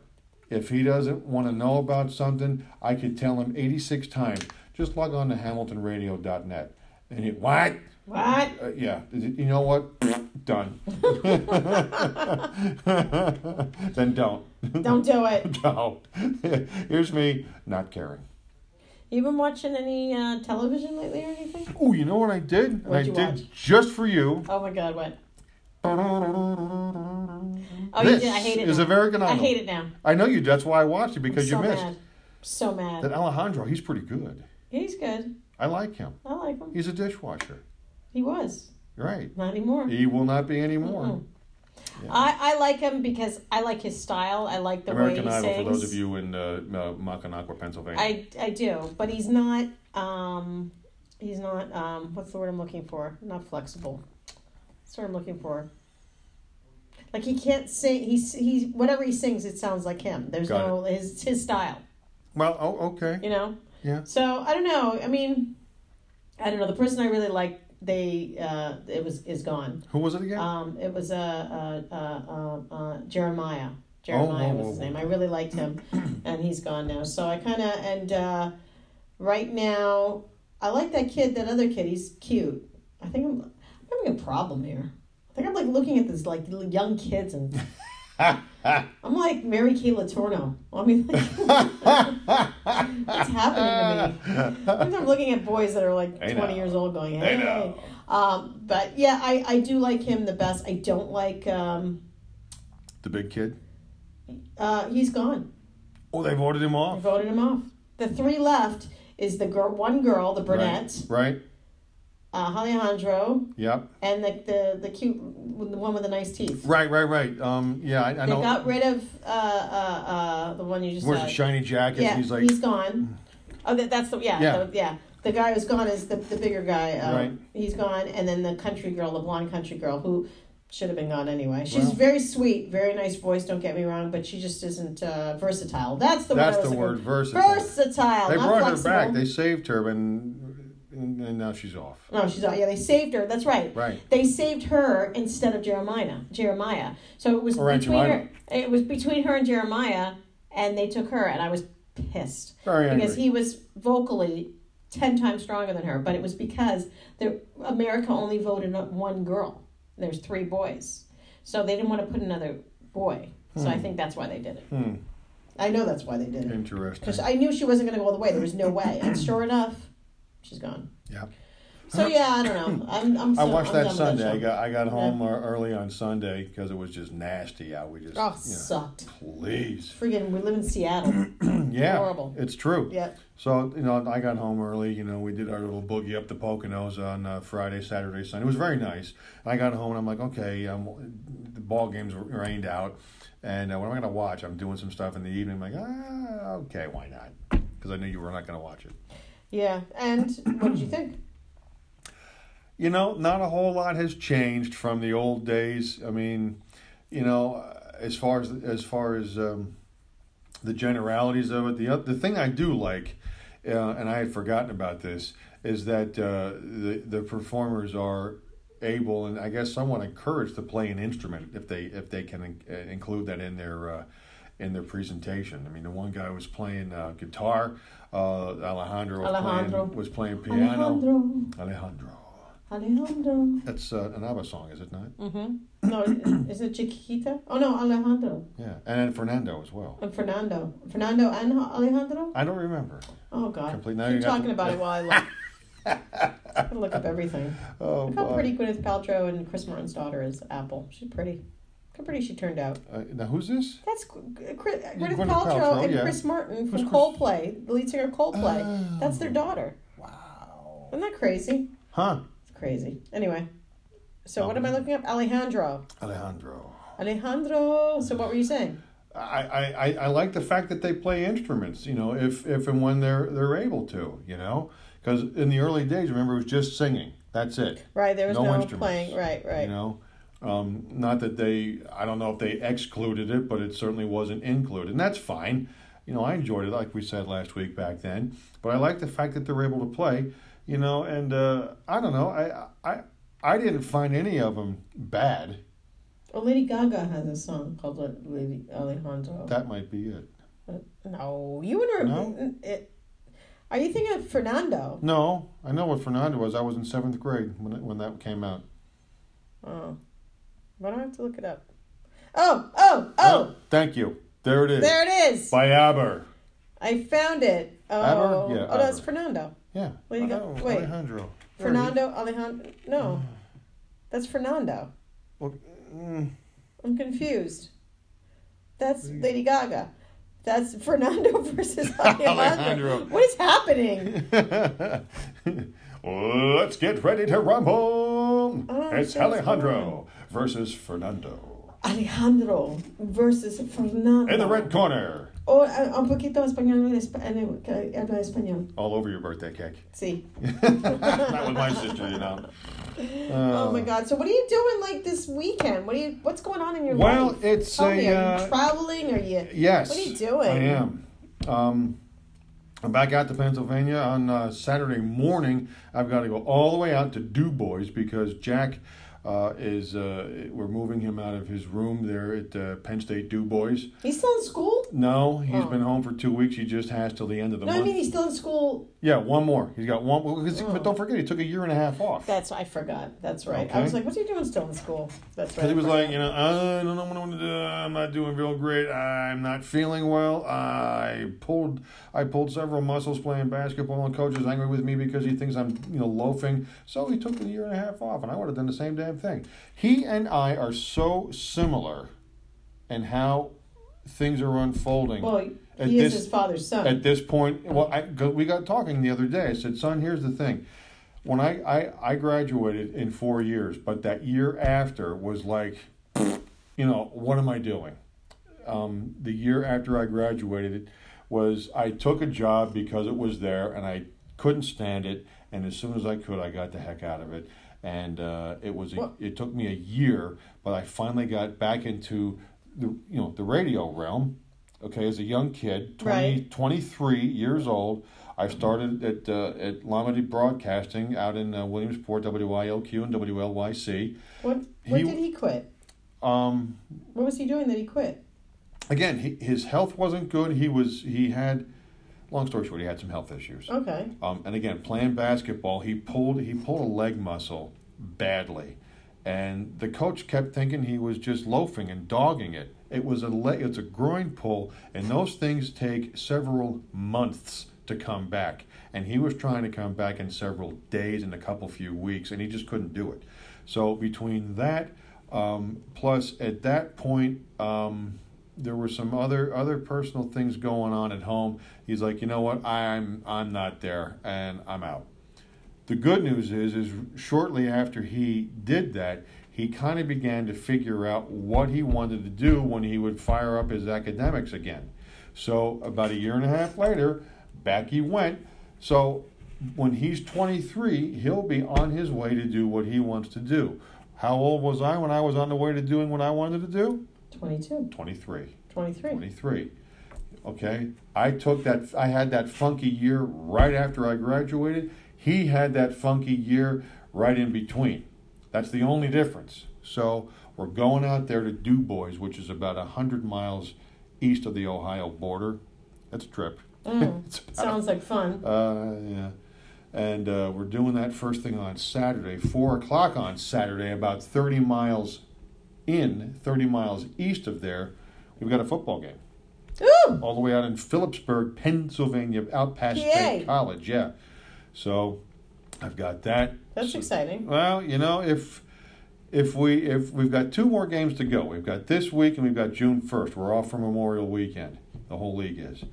Speaker 1: if he doesn't want to know about something, I could tell him 86 times. Just log on to hamiltonradio.net. And he, what?
Speaker 2: What?
Speaker 1: Uh, yeah, you know what? Done. then don't.
Speaker 2: Don't do it.
Speaker 1: No. Here's me not caring.
Speaker 2: You been watching any uh, television lately or anything?
Speaker 1: Oh, you know what I did? And
Speaker 2: What'd
Speaker 1: I
Speaker 2: you
Speaker 1: did
Speaker 2: watch?
Speaker 1: just for you.
Speaker 2: Oh my God! What? Oh, you
Speaker 1: this
Speaker 2: did. I hate it.
Speaker 1: is
Speaker 2: now.
Speaker 1: American Idol.
Speaker 2: I hate it now. I'm
Speaker 1: I know you. That's why I watched it because
Speaker 2: so
Speaker 1: you missed.
Speaker 2: mad. So mad.
Speaker 1: That Alejandro, he's pretty good.
Speaker 2: He's good.
Speaker 1: I like him.
Speaker 2: I like him.
Speaker 1: He's a dishwasher.
Speaker 2: He was
Speaker 1: Right.
Speaker 2: not anymore.
Speaker 1: He will not be anymore.
Speaker 2: Mm-mm. I, I like him because I like his style. I like the
Speaker 1: American
Speaker 2: way he
Speaker 1: Idol
Speaker 2: sings.
Speaker 1: for those of you in uh, uh, Macanaqua, Pennsylvania.
Speaker 2: I, I do, but he's not. Um, he's not. Um, what's the word I'm looking for? Not flexible. That's what I'm looking for. Like he can't sing. He's he's whatever he sings, it sounds like him. There's
Speaker 1: Got
Speaker 2: no his it's his style.
Speaker 1: well, oh, okay.
Speaker 2: You know.
Speaker 1: Yeah.
Speaker 2: So I don't know. I mean, I don't know. The person I really liked, they uh, it was is gone.
Speaker 1: Who was it again?
Speaker 2: Um, it was uh, uh, uh, uh, uh, Jeremiah. Jeremiah
Speaker 1: oh,
Speaker 2: was
Speaker 1: oh,
Speaker 2: his
Speaker 1: oh.
Speaker 2: name. I really liked him, and he's gone now. So I kind of and uh, right now I like that kid. That other kid, he's cute. I think I'm, I'm having a problem here. I think I'm like looking at this like little young kids and I'm like Mary Kay Latorno. I mean, like, what's happening to me? Sometimes I'm looking at boys that are like
Speaker 1: Hey,
Speaker 2: 20
Speaker 1: now.
Speaker 2: years old going, hey.
Speaker 1: Hey, now.
Speaker 2: Um, but yeah, I, I do like him the best. I don't like, um,
Speaker 1: the big kid.
Speaker 2: uh, he's gone.
Speaker 1: Oh, they voted him
Speaker 2: I
Speaker 1: off.
Speaker 2: voted him off. The three left is the girl, one girl, the brunette,
Speaker 1: Right. right.
Speaker 2: uh, Alejandro,
Speaker 1: Yep.
Speaker 2: and like the, the cute, the one with the nice teeth.
Speaker 1: Right. Right. Right. Um. Yeah. I, I
Speaker 2: They
Speaker 1: know.
Speaker 2: got rid of uh, uh, uh, the one you just
Speaker 1: Wears
Speaker 2: said.
Speaker 1: a shiny jacket.
Speaker 2: yeah,
Speaker 1: and he's like, hmm.
Speaker 2: he's gone. Oh, that, that's the yeah,
Speaker 1: Yeah.
Speaker 2: yeah, the, yeah. The guy who's gone is the, the bigger guy. Um,
Speaker 1: Right.
Speaker 2: He's gone, and then the country girl, the blonde country girl, who should have been gone anyway. She's
Speaker 1: Well.
Speaker 2: very sweet, very nice voice. Don't get me wrong, but she just isn't uh, versatile. That's the
Speaker 1: That's
Speaker 2: word. I
Speaker 1: the
Speaker 2: was looking-
Speaker 1: word, versatile.
Speaker 2: Versatile.
Speaker 1: They
Speaker 2: not
Speaker 1: brought her
Speaker 2: flexible.
Speaker 1: back. They saved her, and and, and now she's off.
Speaker 2: No, she's uh, yeah. They saved her. That's right.
Speaker 1: Right.
Speaker 2: They saved her instead of Jeremiah. Jeremiah. So it was
Speaker 1: Or Aunt
Speaker 2: between
Speaker 1: Jemima.
Speaker 2: her. It was between her and Jeremiah, and they took her, and I was pissed
Speaker 1: Very angry.
Speaker 2: because he was vocally ten times stronger than her. But it was because the America only voted on one girl. There's three boys, so they didn't want to put another boy. So I think that's why they did it.
Speaker 1: Hmm.
Speaker 2: I know that's why they did it
Speaker 1: Interesting.
Speaker 2: because I knew she wasn't going to go all the way. There was no way, and sure enough, she's gone.
Speaker 1: Yeah.
Speaker 2: So yeah, I don't know. I'm. I'm
Speaker 1: I
Speaker 2: so,
Speaker 1: watched
Speaker 2: I'm
Speaker 1: that
Speaker 2: done with
Speaker 1: Sunday. I
Speaker 2: show.
Speaker 1: got I got home uh early on Sunday because it was just nasty out. We just
Speaker 2: oh,
Speaker 1: you know,
Speaker 2: sucked.
Speaker 1: please,
Speaker 2: Friggin', we live in Seattle.
Speaker 1: yeah,
Speaker 2: Horrible.
Speaker 1: It's true.
Speaker 2: yeah.
Speaker 1: So you know, I got home early. You know, we did our little boogie up the Poconos on uh, Friday, Saturday, Sunday. It was very nice. I got home and I'm like, okay, um, the ball games rained out, and uh, what am I going to watch? I'm doing some stuff in the evening. I'm like, ah, okay, why not? Because I knew you were not going to watch it.
Speaker 2: Yeah. And what did you think?
Speaker 1: You know, not a whole lot has changed from the old days. I mean, you know, as far as as far as um, the generalities of it, the oth- the thing I do like, uh, and I had forgotten about this, is that uh, the the performers are able and I guess somewhat encouraged to play an instrument if they if they can in- uh, include that in their. Uh, in their presentation, I mean, the one guy was playing uh, guitar, uh, Alejandro, was
Speaker 2: Alejandro.
Speaker 1: Playing, was playing piano.
Speaker 2: Alejandro.
Speaker 1: Alejandro.
Speaker 2: Alejandro.
Speaker 1: That's uh, an ABBA song, is it not?
Speaker 2: Mm-hmm. No, is it Chiquita? Oh no, Alejandro
Speaker 1: Yeah, and then Fernando as well.
Speaker 2: and Fernando. Fernando and Alejandro.
Speaker 1: I don't remember.
Speaker 2: Oh God.
Speaker 1: Complete- now
Speaker 2: Keep
Speaker 1: you got
Speaker 2: talking
Speaker 1: to-
Speaker 2: about it while I look. I gotta look up everything.
Speaker 1: Oh,
Speaker 2: Look how
Speaker 1: boy.
Speaker 2: pretty Gwyneth Paltrow and Chris Martin's daughter is. Apple. She's pretty. Look how pretty she turned out.
Speaker 1: Uh, now who's this?
Speaker 2: That's Gw- Chris, Gwyneth
Speaker 1: Gwyneth
Speaker 2: Paltrow,
Speaker 1: Paltrow,
Speaker 2: and
Speaker 1: yeah.
Speaker 2: Chris Martin from
Speaker 1: Who's Chris- Oh.
Speaker 2: Coldplay, the lead singer of Coldplay. That's their daughter.
Speaker 1: Wow.
Speaker 2: Isn't that crazy?
Speaker 1: Huh?
Speaker 2: It's crazy. Anyway, so what am I
Speaker 1: Um,
Speaker 2: looking up? Alejandro.
Speaker 1: Alejandro.
Speaker 2: Alejandro. So what were you saying?
Speaker 1: I, I, I- I like the fact that they play instruments, you know, if, if and when they're they're able to, you know, because in the early days, remember, it was just singing. That's it.
Speaker 2: Right, there was
Speaker 1: No
Speaker 2: no,
Speaker 1: instruments,
Speaker 2: playing. Right, right.
Speaker 1: You know, um, not that they, I don't know if they excluded it, but it certainly wasn't included. And that's fine. You know, I enjoyed it, like we said last week back then. But I like the fact that they're able to play, you know, and uh, I don't know. I, I, I didn't find any of them bad.
Speaker 2: Oh, Lady Gaga has a song called La- Lady Alejandro.
Speaker 1: That might be it.
Speaker 2: no, you would remember.
Speaker 1: No?
Speaker 2: It, are you thinking of Fernando?
Speaker 1: No, I know what Fernando was. I was in seventh grade when, it, when that came out.
Speaker 2: Oh, why do I have to look it up? Oh, oh, oh!
Speaker 1: thank you. There it is.
Speaker 2: There it is.
Speaker 1: By Aber.
Speaker 2: I found it. Oh,
Speaker 1: Aber? Yeah,
Speaker 2: oh, that's
Speaker 1: Aber.
Speaker 2: Fernando.
Speaker 1: Yeah.
Speaker 2: Wait, you got-
Speaker 1: Oh,
Speaker 2: wait.
Speaker 1: Alejandro. There it is.
Speaker 2: Fernando Alejandro. No, that's Fernando.
Speaker 1: Well, mm,
Speaker 2: I'm confused. That's Lady Gaga. That's Fernando versus Alejandro.
Speaker 1: Alejandro.
Speaker 2: What is happening?
Speaker 1: Let's get ready to rumble.
Speaker 2: Oh,
Speaker 1: it's
Speaker 2: that's
Speaker 1: Alejandro versus Fernando.
Speaker 2: Alejandro versus Fernando.
Speaker 1: In the red corner.
Speaker 2: Oh, uh, un poquito español en espa- en- que habla español.
Speaker 1: All over your birthday cake.
Speaker 2: See.
Speaker 1: Not with my sister, you know. Uh,
Speaker 2: oh my God. So what are you doing like this weekend? What are you? What's going on in your
Speaker 1: Well,
Speaker 2: life?
Speaker 1: it's
Speaker 2: Tell
Speaker 1: a,
Speaker 2: me, are
Speaker 1: uh,
Speaker 2: you traveling? Are you?
Speaker 1: Yes.
Speaker 2: What are you doing?
Speaker 1: I am. Um, I'm back out to Pennsylvania on uh, Saturday morning. I've got to go all the way out to Du Bois because Jack uh, is. Uh, we're moving him out of his room there at uh, Penn State Du Bois.
Speaker 2: He's still in school.
Speaker 1: No, he's
Speaker 2: Oh.
Speaker 1: been home for two weeks. He just has till the end of the
Speaker 2: No,
Speaker 1: month.
Speaker 2: I mean Oh. he's still in school.
Speaker 1: yeah, one more. He's got one. well, 'cause- But don't forget, he took a year and a half off.
Speaker 2: That's I forgot. That's right. I
Speaker 1: Okay.
Speaker 2: was like, what's he doing still in school? That's right.
Speaker 1: Because he
Speaker 2: I
Speaker 1: was
Speaker 2: forgot.
Speaker 1: like, you know, I don't know what I want to do. I'm not doing real great. I'm not feeling well. I pulled, I pulled several muscles playing basketball, and coach is angry with me because he thinks I'm, you know, loafing. So he took a year and a half off, and I would have done the same damn thing. He and I are so similar, in how things are unfolding.
Speaker 2: well, he
Speaker 1: at
Speaker 2: is
Speaker 1: this-
Speaker 2: his father's son.
Speaker 1: At this point, well, I, 'cause we got talking the other day. I said, son, here's the thing. When I, I, I graduated in four years, but that year after was like, you know, what am I doing? Um, the year after I graduated was I took a job because it was there and I couldn't stand it. And as soon as I could, I got the heck out of it. and uh, it was a,
Speaker 2: Well-
Speaker 1: it took me a year, but I finally got back into the you know the radio realm. Okay, as a young kid, 20,
Speaker 2: Right.
Speaker 1: 23 years old, I started at uh, at Lomity Broadcasting out in uh, Williamsport, WILQ and WLYC.
Speaker 2: What? What
Speaker 1: He-
Speaker 2: did he quit?
Speaker 1: Um,
Speaker 2: What was he doing that he quit?
Speaker 1: again, he, his health wasn't good. He was he had, long story short, he had some health issues.
Speaker 2: Okay.
Speaker 1: Um, and again, playing basketball, he pulled he pulled a leg muscle badly, and the coach kept thinking he was just loafing and dogging it. It was a le- it's a groin pull, and those things take several months to come back. And he was trying to come back in several days and a couple few weeks, and he just couldn't do it. So between that, um, plus at that point. Um, there were some other other personal things going on at home. He's like, you know what, I'm I'm not there, and I'm out. The good news is, is shortly after he did that, he kind of began to figure out what he wanted to do when he would fire up his academics again. So about a year and a half later, back he went. So when he's 23, he'll be on his way to do what he wants to do. How old was I when I was on the way to doing what I wanted to do?
Speaker 2: 22,
Speaker 1: 23.
Speaker 2: 23.
Speaker 1: 23. Okay, I took that. I had that funky year right after I graduated. He had that funky year right in between. That's the only difference. So we're going out there to Du Bois, which is about hundred miles east of the Ohio border. That's a trip.
Speaker 2: Mm.
Speaker 1: It's about
Speaker 2: Sounds like fun.
Speaker 1: uh, yeah. And uh, we're doing that first thing on Saturday, 4 o'clock on Saturday, about 30 miles in, 30 miles east of there. We've got a football game
Speaker 2: Ooh!
Speaker 1: all the way out in Phillipsburg, Pennsylvania, out past
Speaker 2: PA.
Speaker 1: State College. Yeah. So I've got that.
Speaker 2: That's
Speaker 1: So-
Speaker 2: exciting.
Speaker 1: Well, you know, if. If we if we've got two more games to go, we've got this week and we've got June first. We're off for Memorial Weekend. The whole league is.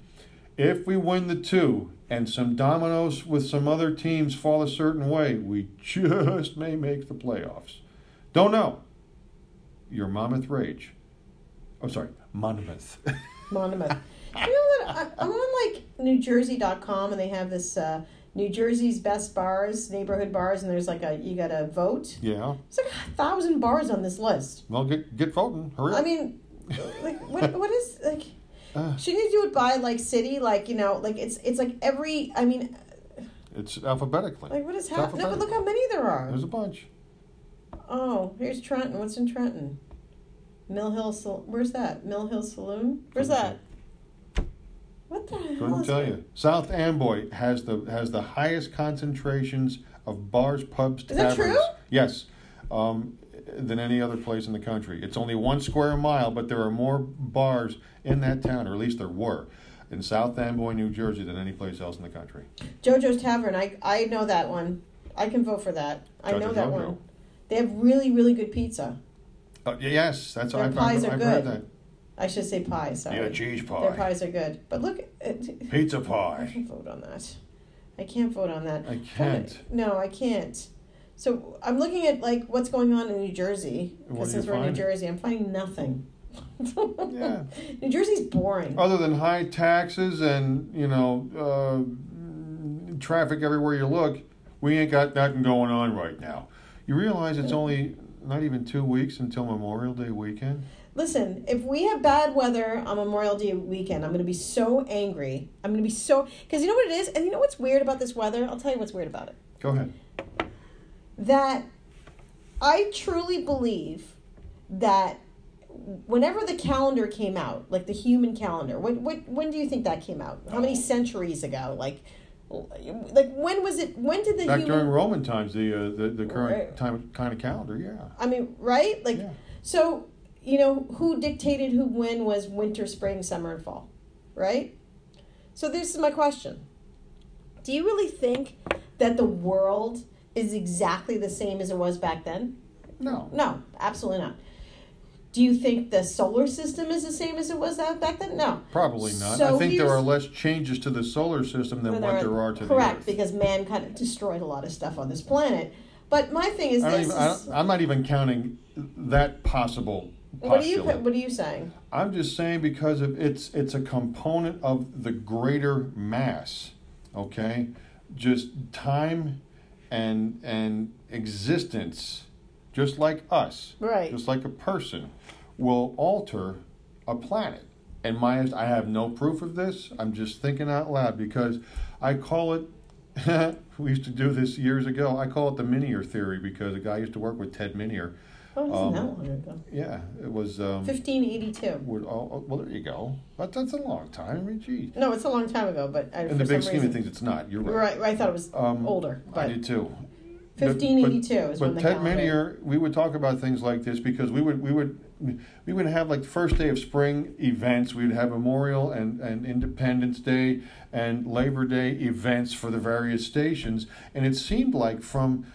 Speaker 1: If we win the two and some dominoes with some other teams fall a certain way, we just may make the playoffs. Don't know. Your Monmouth Rage. I'm sorry, Monmouth.
Speaker 2: Monmouth. you know what? I, I'm on like NewJersey.com and they have this uh, New Jersey's best bars, neighborhood bars, and there's like a you got to vote.
Speaker 1: yeah.
Speaker 2: There's like a thousand bars on this list.
Speaker 1: Well, get get voting. Hurry up.
Speaker 2: I mean, like what? What is like?
Speaker 1: Uh.
Speaker 2: Should you do it by like city? Like you know, like it's it's like every. I mean,
Speaker 1: it's alphabetically.
Speaker 2: like what is
Speaker 1: It's
Speaker 2: happening? No, but look how many there are.
Speaker 1: There's a bunch.
Speaker 2: Oh, here's Trenton. What's in Trenton? Mill Hill. Sal- Where's that? Mill Hill Saloon. Where's that?
Speaker 1: Couldn't
Speaker 2: What the hell?
Speaker 1: Couldn't
Speaker 2: is-
Speaker 1: tell you. South Amboy has the has the highest concentrations of bars, pubs,
Speaker 2: Is that
Speaker 1: taverns.
Speaker 2: true?
Speaker 1: Yes. Um, than any other place in the country. It's only one square mile, but there are more bars in that town, or at least there were, in South Amboy, New Jersey, than any place else in the country.
Speaker 2: JoJo's Tavern. I I know that one. I can vote for that. I know
Speaker 1: Jojo
Speaker 2: that
Speaker 1: Jojo.
Speaker 2: one. They have really really good pizza.
Speaker 1: Uh, y- yes, that's
Speaker 2: Their
Speaker 1: I've,
Speaker 2: pies
Speaker 1: I've,
Speaker 2: are
Speaker 1: I've heard
Speaker 2: good.
Speaker 1: that.
Speaker 2: I should say pie. Sorry.
Speaker 1: Yeah, cheese
Speaker 2: Their
Speaker 1: pie,
Speaker 2: pies are good. But look, it,
Speaker 1: pizza
Speaker 2: I
Speaker 1: pie.
Speaker 2: can't vote on that. I can't vote on that.
Speaker 1: I
Speaker 2: Kinda-
Speaker 1: can't.
Speaker 2: No, I can't. So I'm looking at like what's going on in New Jersey. 'cause
Speaker 1: What do you
Speaker 2: since we're in New
Speaker 1: find?
Speaker 2: Jersey, I'm finding nothing.
Speaker 1: Yeah.
Speaker 2: New Jersey's boring.
Speaker 1: other than high taxes and you know uh, traffic everywhere you look, we ain't got nothing going on right now. You realize it's only not even two weeks until Memorial Day weekend.
Speaker 2: Listen, if we have bad weather on Memorial Day weekend, I'm going to be so angry. I'm going to be so because you know what it is, and you know what's weird about this weather. I'll tell you what's weird about it.
Speaker 1: Go ahead.
Speaker 2: that I truly believe that whenever the calendar came out, like the human calendar, when when, when do you think that came out? How many
Speaker 1: Oh.
Speaker 2: centuries ago? Like, like when was it? When did the
Speaker 1: Back
Speaker 2: human?
Speaker 1: during Roman times, the uh, the, the
Speaker 2: Right.
Speaker 1: current time kind of calendar, yeah.
Speaker 2: I mean, right? Like,
Speaker 1: Yeah.
Speaker 2: so you know who dictated who when was winter, spring, summer, and fall, right? So this is my question: Do you really think that the world is exactly the same as it was back then?
Speaker 1: No,
Speaker 2: No, absolutely not. Do you think the solar system is the same as it was that back then? No.
Speaker 1: probably not.
Speaker 2: So
Speaker 1: I think there
Speaker 2: here's-
Speaker 1: are less changes to the solar system than what there are to
Speaker 2: correct,
Speaker 1: the Earth.
Speaker 2: because man kind of destroyed a lot of stuff on this planet. But my thing is
Speaker 1: I don't
Speaker 2: this:
Speaker 1: even, I
Speaker 2: is-
Speaker 1: don't, I'm not even counting that possible.
Speaker 2: what are you
Speaker 1: postulate.
Speaker 2: what are you saying?
Speaker 1: I'm just saying because of it's it's a component of the greater mass, okay? Just time and and existence, just like us,
Speaker 2: Right.
Speaker 1: just like a person, will alter a planet. And my, I have no proof of this. I'm just thinking out loud because I call it. we used to do this years ago. I call it the Minier theory because a guy used to work with Ted Minier.
Speaker 2: Oh,
Speaker 1: Um,
Speaker 2: isn't that long ago?
Speaker 1: Yeah, it was. Um,
Speaker 2: 1582.
Speaker 1: would all, oh, well, there you go. But that's a long time. I mean, geez.
Speaker 2: No, it's a long time ago, but I,
Speaker 1: In
Speaker 2: for
Speaker 1: the big
Speaker 2: some
Speaker 1: scheme
Speaker 2: reason,
Speaker 1: of things, it's not. You're right.
Speaker 2: Right, I thought it was older,
Speaker 1: I
Speaker 2: but
Speaker 1: did too.
Speaker 2: 1582 is
Speaker 1: but
Speaker 2: when the
Speaker 1: Ted
Speaker 2: calendar-
Speaker 1: Manier, we would talk about things like this because we would we would we would have like the first day of spring events. We would have Memorial and, and Independence Day and Labor Day events for the various stations, and it seemed like from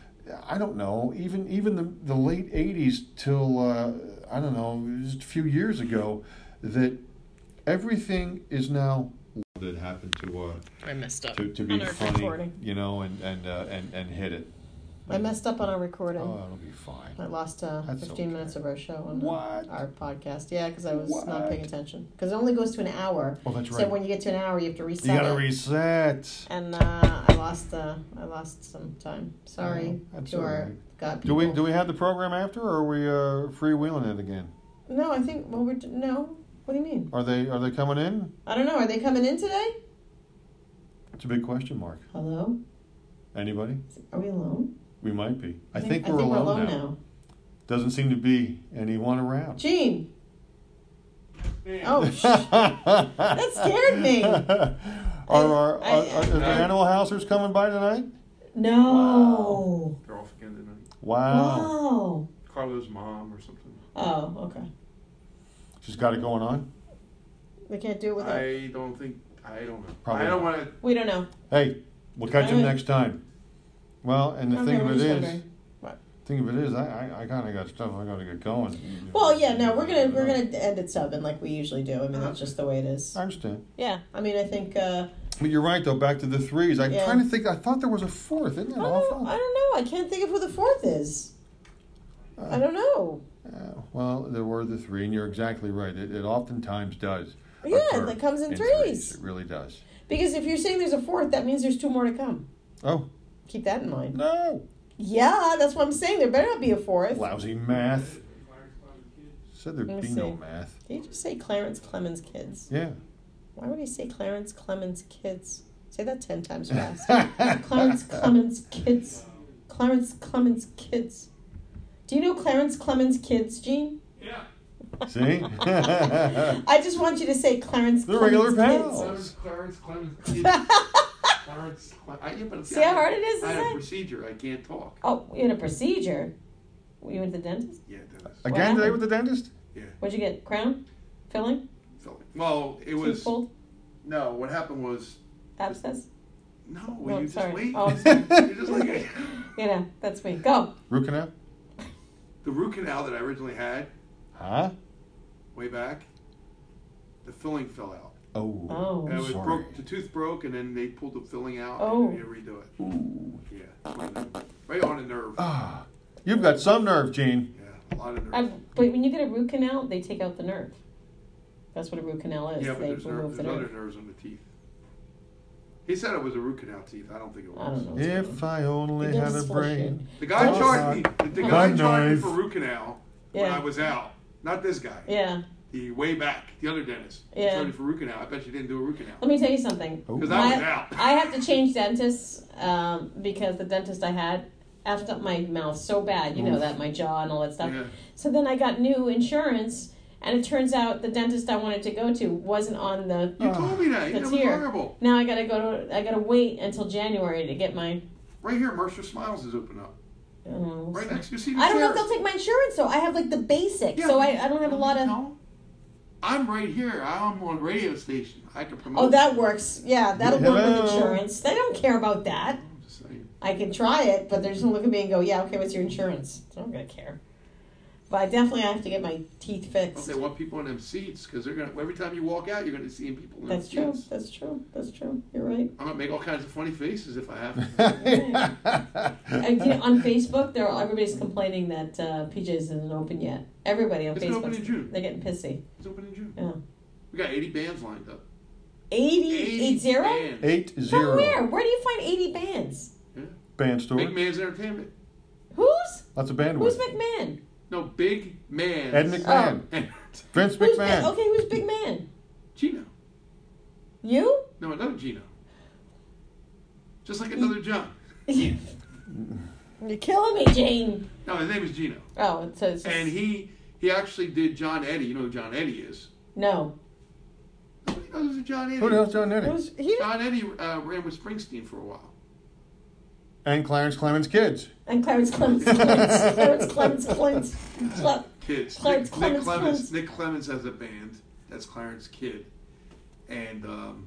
Speaker 1: I don't know even even the the late '80s till uh, I don't know just a few years ago that everything is now that happened to uh,
Speaker 2: I messed up
Speaker 1: to, to be
Speaker 2: on our
Speaker 1: funny,
Speaker 2: recording.
Speaker 1: you know, and and uh, and and hit it.
Speaker 2: I messed up on our recording.
Speaker 1: Oh, it'll be fine.
Speaker 2: I lost uh,
Speaker 1: That's
Speaker 2: 15
Speaker 1: okay.
Speaker 2: minutes of our show on
Speaker 1: What?
Speaker 2: our podcast. Yeah, because I was not
Speaker 1: What?
Speaker 2: paying attention. Because it only goes to an hour.
Speaker 1: Oh, that's
Speaker 2: So
Speaker 1: right.
Speaker 2: when you get to an hour, you have to
Speaker 1: You
Speaker 2: reset.
Speaker 1: gotta
Speaker 2: it.
Speaker 1: reset.
Speaker 2: and uh, I lost uh, I lost some time. Sorry
Speaker 1: Oh, that's
Speaker 2: to our
Speaker 1: alright.
Speaker 2: God
Speaker 1: Do
Speaker 2: people.
Speaker 1: we do we have the program after, or are we uh, freewheeling it again?
Speaker 2: No, I think. Well, we're d- no. What do you mean?
Speaker 1: Are they are they coming in?
Speaker 2: I don't know. Are they coming in today?
Speaker 1: It's a big question mark.
Speaker 2: Hello.
Speaker 1: Anybody?
Speaker 2: Are we alone?
Speaker 1: We might be. I think, we're, alone, now.
Speaker 2: now.
Speaker 1: Doesn't seem to be anyone around.
Speaker 2: Gene. Oh, sh-
Speaker 1: that
Speaker 2: scared me.
Speaker 1: are our,
Speaker 2: I-
Speaker 1: are, are, is the animal housers coming by tonight?
Speaker 2: no.
Speaker 3: They're off again tonight.
Speaker 1: Wow,
Speaker 2: Wow.
Speaker 3: Carlo's mom or something.
Speaker 2: Oh, okay.
Speaker 1: she's got it going on.
Speaker 2: They can't do it without.
Speaker 3: I don't think. I don't know.
Speaker 1: Probably
Speaker 3: I don't
Speaker 1: not.
Speaker 3: want to.
Speaker 2: We don't know.
Speaker 1: Hey, we'll catch them
Speaker 2: Alright.
Speaker 1: next time. Well, and the
Speaker 2: Okay,
Speaker 1: thing of
Speaker 2: we're
Speaker 1: it
Speaker 2: just
Speaker 1: is,
Speaker 2: wondering.
Speaker 1: thing of it is, I I, I kind of got stuff I gotta get going.
Speaker 2: Well, yeah, no, we're gonna we're gonna end it subbing like we usually do. I mean, that's just the way it is.
Speaker 1: I understand.
Speaker 2: Yeah, I mean, I think. Uh,
Speaker 1: But you're right though. Back to the threes. I'm
Speaker 2: Yeah.
Speaker 1: trying to think. I thought there was a fourth. Isn't that
Speaker 2: I
Speaker 1: awful?
Speaker 2: don't, I don't know. I can't think of who the fourth is. I don't know.
Speaker 1: Yeah, well, there were the three, and you're exactly right. It, it oftentimes does.
Speaker 2: Yeah,
Speaker 1: occur
Speaker 2: that comes in threes.
Speaker 1: It really does.
Speaker 2: Because if you're saying there's a fourth, that means there's two more to come.
Speaker 1: Oh
Speaker 2: Keep that in mind.
Speaker 1: no!
Speaker 2: Yeah, that's what I'm saying. There better not be a fourth.
Speaker 1: Lousy math. Said there'd
Speaker 2: Let me
Speaker 1: be no
Speaker 2: see.
Speaker 1: math.
Speaker 2: Did you just say Clarence Clemens kids?
Speaker 1: Yeah.
Speaker 2: Why would he say Clarence Clemens kids? Say that ten times fast. Clarence Clemens kids. Clarence Clemens kids. Do you know Clarence Clemens kids, Gene?
Speaker 3: Yeah.
Speaker 1: See?
Speaker 2: I just want you to say Clarence
Speaker 1: They're
Speaker 2: Clemens
Speaker 1: regular
Speaker 2: kids.
Speaker 1: pals.
Speaker 3: Clarence Clarence Clemens. Clarence. Cle- I yeah, but
Speaker 2: See how hard it is,
Speaker 3: I
Speaker 2: is
Speaker 3: had
Speaker 2: it?
Speaker 3: a procedure. I can't talk.
Speaker 2: Oh, you had a procedure. You went to the dentist?
Speaker 3: Yeah, Dennis.
Speaker 1: Again
Speaker 2: Wow.
Speaker 1: today with the dentist?
Speaker 2: What'd you get? Crown? Filling?
Speaker 3: So, well, it was
Speaker 2: Tooth-pulled?
Speaker 3: no. What happened was
Speaker 2: Abscess?
Speaker 3: no.
Speaker 2: No,
Speaker 3: Will you
Speaker 2: sorry.
Speaker 3: just wait?
Speaker 2: Oh, I'm
Speaker 3: You're just like
Speaker 2: You know, that's me. Go.
Speaker 1: Root canal?
Speaker 3: the root canal that I originally had
Speaker 1: Huh?
Speaker 3: way back. The filling fell out.
Speaker 1: Oh.
Speaker 2: Oh.
Speaker 3: And Uh, it was
Speaker 1: Sorry.
Speaker 3: broke. The tooth broke, and then they pulled the filling out
Speaker 2: Oh.
Speaker 3: and they redo it. Yeah, right on the nerve.
Speaker 1: Ah, you've got some nerve, Gene.
Speaker 3: Yeah, a lot of nerve.
Speaker 2: i but when you get a root canal, they take out the nerve. That's what a root canal is.
Speaker 3: yeah, but
Speaker 2: they
Speaker 3: there's, nerve,
Speaker 2: remove the
Speaker 3: there's other
Speaker 2: nerve.
Speaker 3: nerves on the teeth. He said it was a root canal teeth. I don't think it
Speaker 2: I
Speaker 3: was.
Speaker 2: don't know.
Speaker 1: If I only
Speaker 2: He
Speaker 1: had
Speaker 2: gives
Speaker 1: a
Speaker 2: us bullshit.
Speaker 1: brain.
Speaker 3: The guy
Speaker 1: Oh,
Speaker 3: charged me. The, the guy
Speaker 1: Gun
Speaker 3: charged me
Speaker 1: knife.
Speaker 3: for root canal when
Speaker 2: Yeah.
Speaker 3: I was out. Not this guy.
Speaker 2: Yeah.
Speaker 3: The way back, the other dentist. He
Speaker 2: Yeah.
Speaker 3: Charged me for root canal. I bet you didn't do a root canal.
Speaker 2: Let me tell you something.
Speaker 1: Oh.
Speaker 3: Because I was
Speaker 2: I,
Speaker 3: out.
Speaker 2: I have to change dentists um, because the dentist I had effed up my mouth so bad. You know that, my jaw and all that stuff.
Speaker 3: Yeah.
Speaker 2: So then I got new insurance, and it turns out the dentist I wanted to go to wasn't on the
Speaker 3: You told me that.
Speaker 2: That's
Speaker 3: You know, it was
Speaker 2: here.
Speaker 3: horrible.
Speaker 2: Now I gotta go to. I gotta wait until January to get my.
Speaker 3: Right here, Mercer Smiles is open up.
Speaker 2: Um,
Speaker 3: Right next to you. See the
Speaker 2: I don't know if
Speaker 3: chairs.
Speaker 2: they'll take my insurance though. I have like the basic,
Speaker 3: Yeah,
Speaker 2: so
Speaker 3: but
Speaker 2: I, I don't have a
Speaker 3: you
Speaker 2: lot
Speaker 3: tell
Speaker 2: of.
Speaker 3: 'em. I'm right here. I'm on a radio station. I can promote.
Speaker 2: Oh, that works. Yeah, that'll work
Speaker 1: Hello.
Speaker 2: with insurance. They don't care about that.
Speaker 3: I'm just saying.
Speaker 2: I can try it, but they're just gonna look at me and go, "Yeah, okay, what's your insurance?" I'm gonna care. But I definitely have to get my teeth
Speaker 3: Well,
Speaker 2: fixed.
Speaker 3: they want people in them seats because they're gonna. Every time you walk out, you're gonna see people in them
Speaker 2: That's true.
Speaker 3: seats.
Speaker 2: That's true. That's true. You're right.
Speaker 3: I'm gonna make all kinds of funny faces if I have. to.
Speaker 1: Uh,
Speaker 2: And, you know, on Facebook, there are, everybody's complaining that uh, PJ's isn't open yet. Everybody on
Speaker 3: It's
Speaker 2: Facebook,
Speaker 3: open in June.
Speaker 2: they're getting pissy.
Speaker 3: it's open in June.
Speaker 2: Yeah.
Speaker 3: We got 80 bands lined up.
Speaker 2: 80, 80?
Speaker 3: bands.
Speaker 1: Eight
Speaker 2: From
Speaker 1: zero.
Speaker 2: where? Where do you find 80 bands?
Speaker 3: Yeah.
Speaker 1: band store.
Speaker 3: Big Man's Entertainment.
Speaker 2: Who's
Speaker 1: That's a band
Speaker 2: who's
Speaker 1: with
Speaker 2: McMahon?
Speaker 3: No, Big Man.
Speaker 1: Ed McMahon, Vince
Speaker 2: Who's
Speaker 1: McMahon.
Speaker 2: Big, okay, who's Big Man?
Speaker 3: Gino.
Speaker 2: You?
Speaker 3: No, another Gino. Just like another John.
Speaker 2: You're
Speaker 1: Mm.
Speaker 2: killing me, Jane.
Speaker 3: No, his name is Gino.
Speaker 2: Oh, it says
Speaker 3: And he he actually did John Eddie. You know who John Eddie is.
Speaker 2: no.
Speaker 3: Nobody knows who John Eddie
Speaker 1: Who the
Speaker 3: is.
Speaker 1: hell's John Eddie?
Speaker 2: Who's he?
Speaker 3: John Eddie uh, ran with Springsteen for a while.
Speaker 1: And Clarence Clemens Kids.
Speaker 2: And Clarence Clemens, Clemens, Clarence Clemens, Clemens, Cle-
Speaker 3: Kids.
Speaker 2: Clarence Clemens,
Speaker 3: Nick, Nick Clemens.
Speaker 2: Clemens.
Speaker 3: Nick Clemens has a band. That's Clarence Kidd, and um,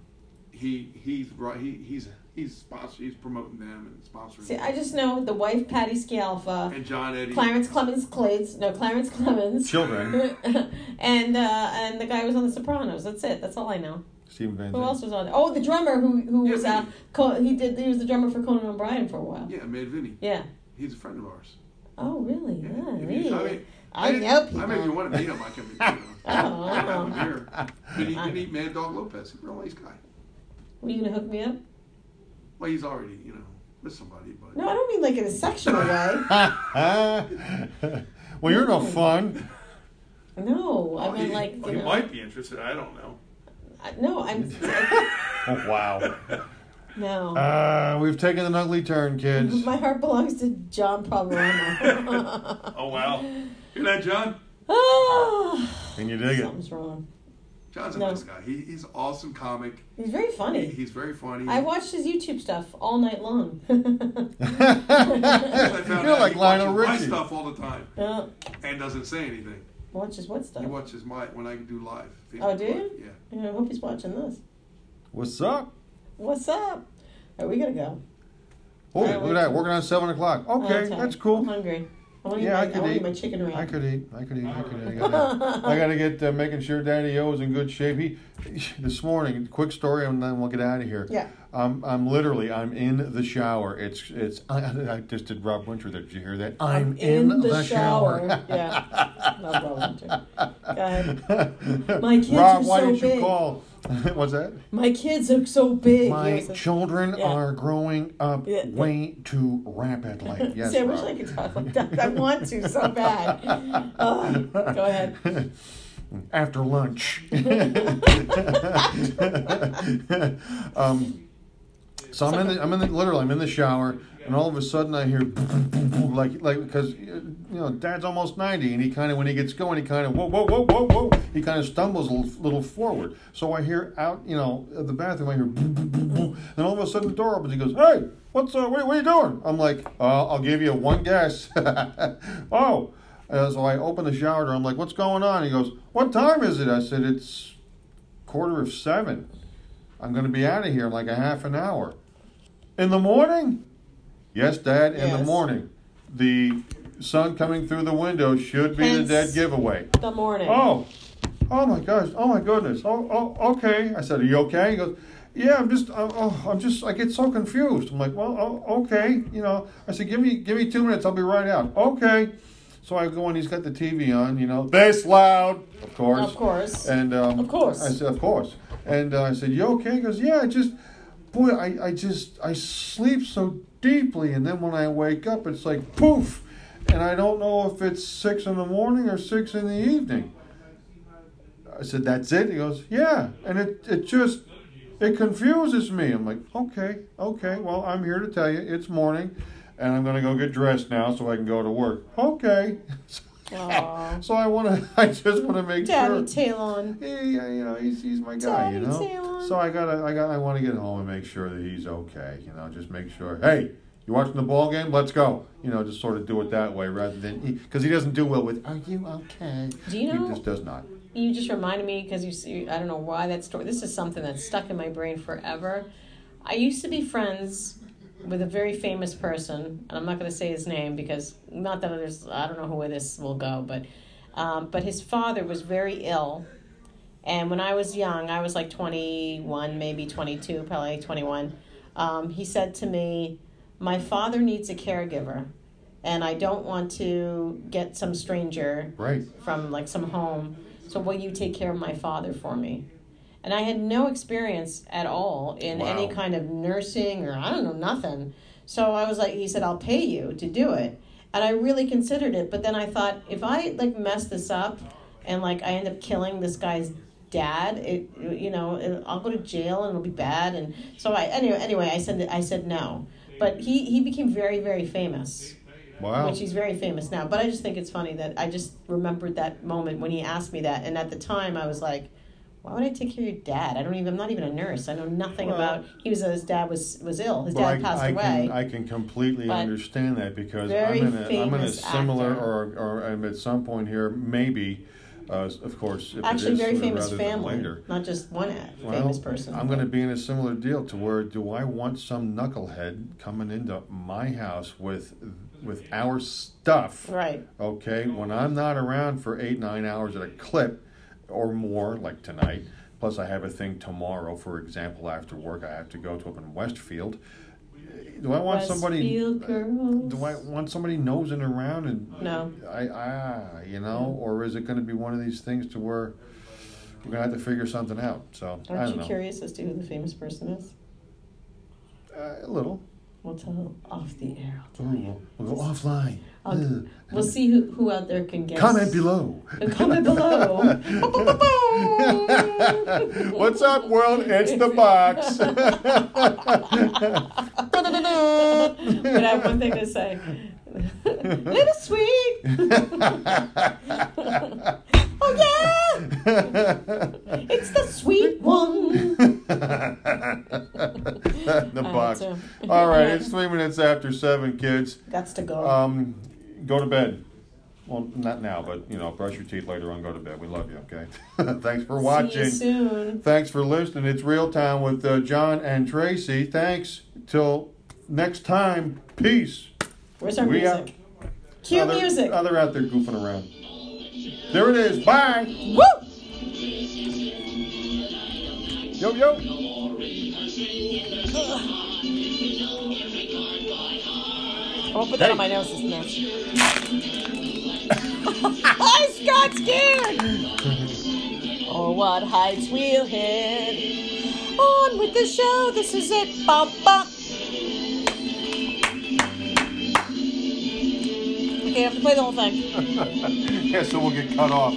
Speaker 3: he he's right. He, he's he's sponsor. He's promoting them and sponsoring.
Speaker 2: See,
Speaker 3: them.
Speaker 2: I just know the wife, Patty Scialfa,
Speaker 3: and John Eddie.
Speaker 2: Clarence Clemens, Clades, no Clarence Clemens,
Speaker 1: Children.
Speaker 2: and uh, and the guy who was on The Sopranos. That's it. That's all I know.
Speaker 1: Stephen Van
Speaker 2: Who
Speaker 1: Zandt.
Speaker 2: else was on? it? Oh, the drummer who who
Speaker 3: Yeah,
Speaker 2: was uh,
Speaker 3: Vinny.
Speaker 2: Co- he did he was the drummer for Conan O'Brien for a while.
Speaker 3: Yeah, Mad Vinny.
Speaker 2: Yeah.
Speaker 3: He's a friend of ours.
Speaker 2: Oh, really?
Speaker 3: Yeah.
Speaker 2: Yeah.
Speaker 3: If you- I
Speaker 2: really.
Speaker 3: mean,
Speaker 2: I
Speaker 3: didn't-
Speaker 2: know
Speaker 3: I mean, if you
Speaker 2: people.
Speaker 3: want to meet him, I can meet him.
Speaker 2: Oh,
Speaker 3: I have him
Speaker 2: oh.
Speaker 3: here. Vinny, Vinny Mad Dog Lopez. He's a real nice guy.
Speaker 2: Were you gonna hook me up?
Speaker 3: Well, he's already, you know, with somebody, but
Speaker 2: No, I don't mean like in a sexual way.
Speaker 1: well, you're no fun.
Speaker 2: No, I
Speaker 3: Well,
Speaker 2: mean
Speaker 3: he-
Speaker 2: like
Speaker 3: well,
Speaker 2: you
Speaker 3: he
Speaker 2: know.
Speaker 3: Oh, might be interested. I don't know.
Speaker 2: I- No, I'm
Speaker 1: Oh, wow.
Speaker 2: no.
Speaker 1: Uh, we've taken an ugly turn, kids.
Speaker 2: My heart belongs to John Pavolano.
Speaker 3: Oh wow! Hear that, John?
Speaker 2: Ah,
Speaker 1: Can you dig it?
Speaker 2: something's wrong.
Speaker 3: John's a
Speaker 2: No.
Speaker 3: nice guy. He, he's an awesome comic.
Speaker 2: He's very
Speaker 3: He,
Speaker 2: funny.
Speaker 3: he's very funny.
Speaker 2: I watched his YouTube stuff all night long.
Speaker 3: I found
Speaker 1: you're
Speaker 3: out
Speaker 1: like
Speaker 3: he
Speaker 1: Lionel
Speaker 3: watches
Speaker 1: Richie.
Speaker 3: My stuff all the time
Speaker 2: Uh,
Speaker 3: and doesn't say anything.
Speaker 2: watches what stuff?
Speaker 3: He watches my when I do live.
Speaker 2: Oh,
Speaker 3: Facebook
Speaker 2: do you?
Speaker 3: Live, Yeah.
Speaker 2: I hope he's watching this.
Speaker 1: What's up?
Speaker 2: What's up? Are we gonna go?
Speaker 1: Oh,
Speaker 2: Alright,
Speaker 1: look at
Speaker 2: we-
Speaker 1: that. Working on 7 o'clock.
Speaker 2: Oh,
Speaker 1: Okay,
Speaker 2: sorry.
Speaker 1: that's
Speaker 2: I'm
Speaker 1: cool.
Speaker 2: hungry. I want to
Speaker 1: Yeah, I
Speaker 2: eat, my, I
Speaker 1: could
Speaker 2: wanna eat
Speaker 1: eat.
Speaker 2: my chicken wrap.
Speaker 1: I could eat. I could eat. I could eat. I gotta, I gotta get uh, making sure Daddy O is in good shape. He, this morning, quick story, and then we'll get out of here.
Speaker 2: Yeah.
Speaker 1: I'm, I'm literally, I'm in the shower. It's, it's. I, I just did Rob Winter. There. Did you hear that? I'm, in, the, shower.
Speaker 2: yeah. No problem. too. Go ahead.
Speaker 1: My
Speaker 2: My kids
Speaker 1: Rob,
Speaker 2: are
Speaker 1: why
Speaker 2: so
Speaker 1: didn't you
Speaker 2: big.
Speaker 1: call? What's that?
Speaker 2: My kids are so big.
Speaker 1: My
Speaker 2: Yes.
Speaker 1: children
Speaker 2: Yeah.
Speaker 1: are growing up
Speaker 2: Yeah.
Speaker 1: way too rapidly. Yes,
Speaker 2: See, I wish
Speaker 1: Rob.
Speaker 2: I could talk like that. I want to so bad. Ugh. go ahead.
Speaker 1: After lunch. um, so I'm in the, I'm in the, literally I'm in the shower, and all of a sudden I hear like like because you know Dad's almost ninety, and he kind of when he gets going, he kind of whoa whoa whoa whoa whoa, he kind of stumbles a little, little forward. So I hear out you know of the bathroom, I hear, and all of a sudden the door opens. He goes, hey. What's uh, what, what are you doing? I'm like, uh, I'll give you one guess. oh, uh, so I open the shower door. I'm like, what's going on? He goes, what time is it? I said, it's quarter of seven. I'm going to be out of here in like a half an hour. In the morning? Yes, Dad, in the
Speaker 2: Yes.
Speaker 1: morning. The sun coming through the window should be
Speaker 2: Hence-
Speaker 1: the dead giveaway.
Speaker 2: The morning.
Speaker 1: Oh, oh my gosh, oh my goodness, oh, oh, okay. I said, are you okay? He goes, yeah, I'm just, oh, oh, I'm just, I get so confused. I'm like, well, oh, okay, you know. I said, give me, give me two minutes, I'll be right out. Okay. So I go in, he's got the TV on, you know, this loud, of course.
Speaker 2: Of course.
Speaker 1: And um,
Speaker 2: Of course.
Speaker 1: I said, of course. And uh, I said, you okay? He goes, yeah. I just, boy, I, I just, I sleep so deeply, and then when I wake up, it's like poof, and I don't know if it's six in the morning or six in the evening. I said, that's it. He goes, yeah. And it, it just, it confuses me. I'm like, okay, okay. Well, I'm here to tell you, it's morning. And I'm gonna go get dressed now so I can go to work. Okay.
Speaker 2: Aw.
Speaker 1: so I wanna, I just wanna make sure
Speaker 2: Daddy Talon.
Speaker 1: hey, uh, you know, he's, he's my guy, you
Speaker 2: Daddy
Speaker 1: know.
Speaker 2: Taylor.
Speaker 1: So I gotta, I got, I want to get home and make sure that he's okay, you know. Just make sure, hey, you watching the ball game? Let's go, you know. Just sort of do it that way rather than because he, doesn't do well with. Are you okay?
Speaker 2: Do you
Speaker 1: He
Speaker 2: know-
Speaker 1: just does not.
Speaker 2: You just reminded me because you see, I don't know why that story. This is something that's stuck in my brain forever. I used to be friends with a very famous person, and I'm not going to say his name because not that there's, I don't know who this will go, but um, but his father was very ill, and when I was young, I was like 21, maybe 22, probably 21. Um, he said to me, "My father needs a caregiver, and I don't want to get some stranger."
Speaker 1: Right.
Speaker 2: from like some home. So will you take care of my father for me? and I had no experience at all in
Speaker 1: Wow.
Speaker 2: any kind of nursing or I don't know nothing. So I was like, he said, I'll pay you to do it, and I really considered it. But then I thought, if I like mess this up, and like I end up killing this guy's dad, it you know it, I'll go to jail and it'll be bad. And so I anyway anyway I said that I said no. But he, he became very, very famous
Speaker 1: Wow.
Speaker 2: which he's very famous now. But I just think it's funny that I just remembered that moment when he asked me that, and at the time I was like, "Why would I take care of your dad? I don't even. I'm not even a nurse. I know nothing
Speaker 1: Well-
Speaker 2: about. He was his dad was was ill. His
Speaker 1: Well,
Speaker 2: dad
Speaker 1: I,
Speaker 2: passed
Speaker 1: I
Speaker 2: away.
Speaker 1: Can, I can completely
Speaker 2: But
Speaker 1: understand that because I'm
Speaker 2: very
Speaker 1: in a, I'm in a
Speaker 2: famous
Speaker 1: similar
Speaker 2: actor.
Speaker 1: or or I'm at some point here maybe, uh, of course. If it
Speaker 2: Actually,
Speaker 1: is
Speaker 2: very
Speaker 1: sooner
Speaker 2: famous
Speaker 1: rather than
Speaker 2: family,
Speaker 1: later.
Speaker 2: not just one a-
Speaker 1: Well,
Speaker 2: famous person.
Speaker 1: I'm going to be in a similar deal to where do I want some knucklehead coming into my house with with our stuff?
Speaker 2: right.
Speaker 1: Okay, when I'm not around for eight nine hours at a clip or more, like tonight. Plus, I have a thing tomorrow. For example, after work, I have to go to up in Westfield. Do I want somebody? uh,
Speaker 2: Westfield girls.
Speaker 1: Do I want somebody nosing around and
Speaker 2: No.
Speaker 1: I, I you know, or is it going to be one of these things to where we're going to have to figure something out? So I
Speaker 2: Aren't
Speaker 1: don't
Speaker 2: you
Speaker 1: know.
Speaker 2: curious as to who the famous person is?
Speaker 1: Uh, a little.
Speaker 2: We'll tell off the air. I'll tell you.
Speaker 1: Ooh, we'll go offline.
Speaker 2: I'll-
Speaker 1: Ugh.
Speaker 2: we'll see who, who out there can guess.
Speaker 1: Comment below.
Speaker 2: Uh, Comment below.
Speaker 1: What's up, world? It's the box.
Speaker 2: but I have one thing to say. Little sweet. oh yeah, it's the sweet one.
Speaker 1: the
Speaker 2: I
Speaker 1: box.
Speaker 2: do.
Speaker 1: All right, it's three minutes after seven, kids.
Speaker 2: That's to go.
Speaker 1: Um, go to bed. Well, not now, but you know, brush your teeth later on. Go to bed. We love you. Okay. Thanks for
Speaker 2: See
Speaker 1: watching.
Speaker 2: you soon.
Speaker 1: Thanks for listening. It's real time with uh, John and Tracy. Thanks till next time. Peace.
Speaker 2: Where's our
Speaker 1: We
Speaker 2: music? Cue
Speaker 1: Oh, they're-
Speaker 2: music.
Speaker 1: Oh, they're out there goofing around. There it is. Bye.
Speaker 2: Woo!
Speaker 1: Yo yo.
Speaker 2: I won't put that on my nose this nasty. I got scared! oh, what heights we'll hit. On with the show, this is it. Bump, bump. Okay, I have to play the whole thing.
Speaker 1: yeah, so we'll get cut off.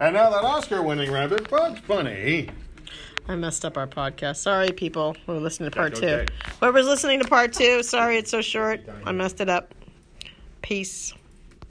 Speaker 1: And now that Oscar-winning rabbit, Bugs Bunny.
Speaker 2: I messed up our podcast. Sorry, people who are listening to part
Speaker 1: That's
Speaker 2: two.
Speaker 1: okay.
Speaker 2: Whoever's listening to part two, sorry it's so short. I messed it up. Peace.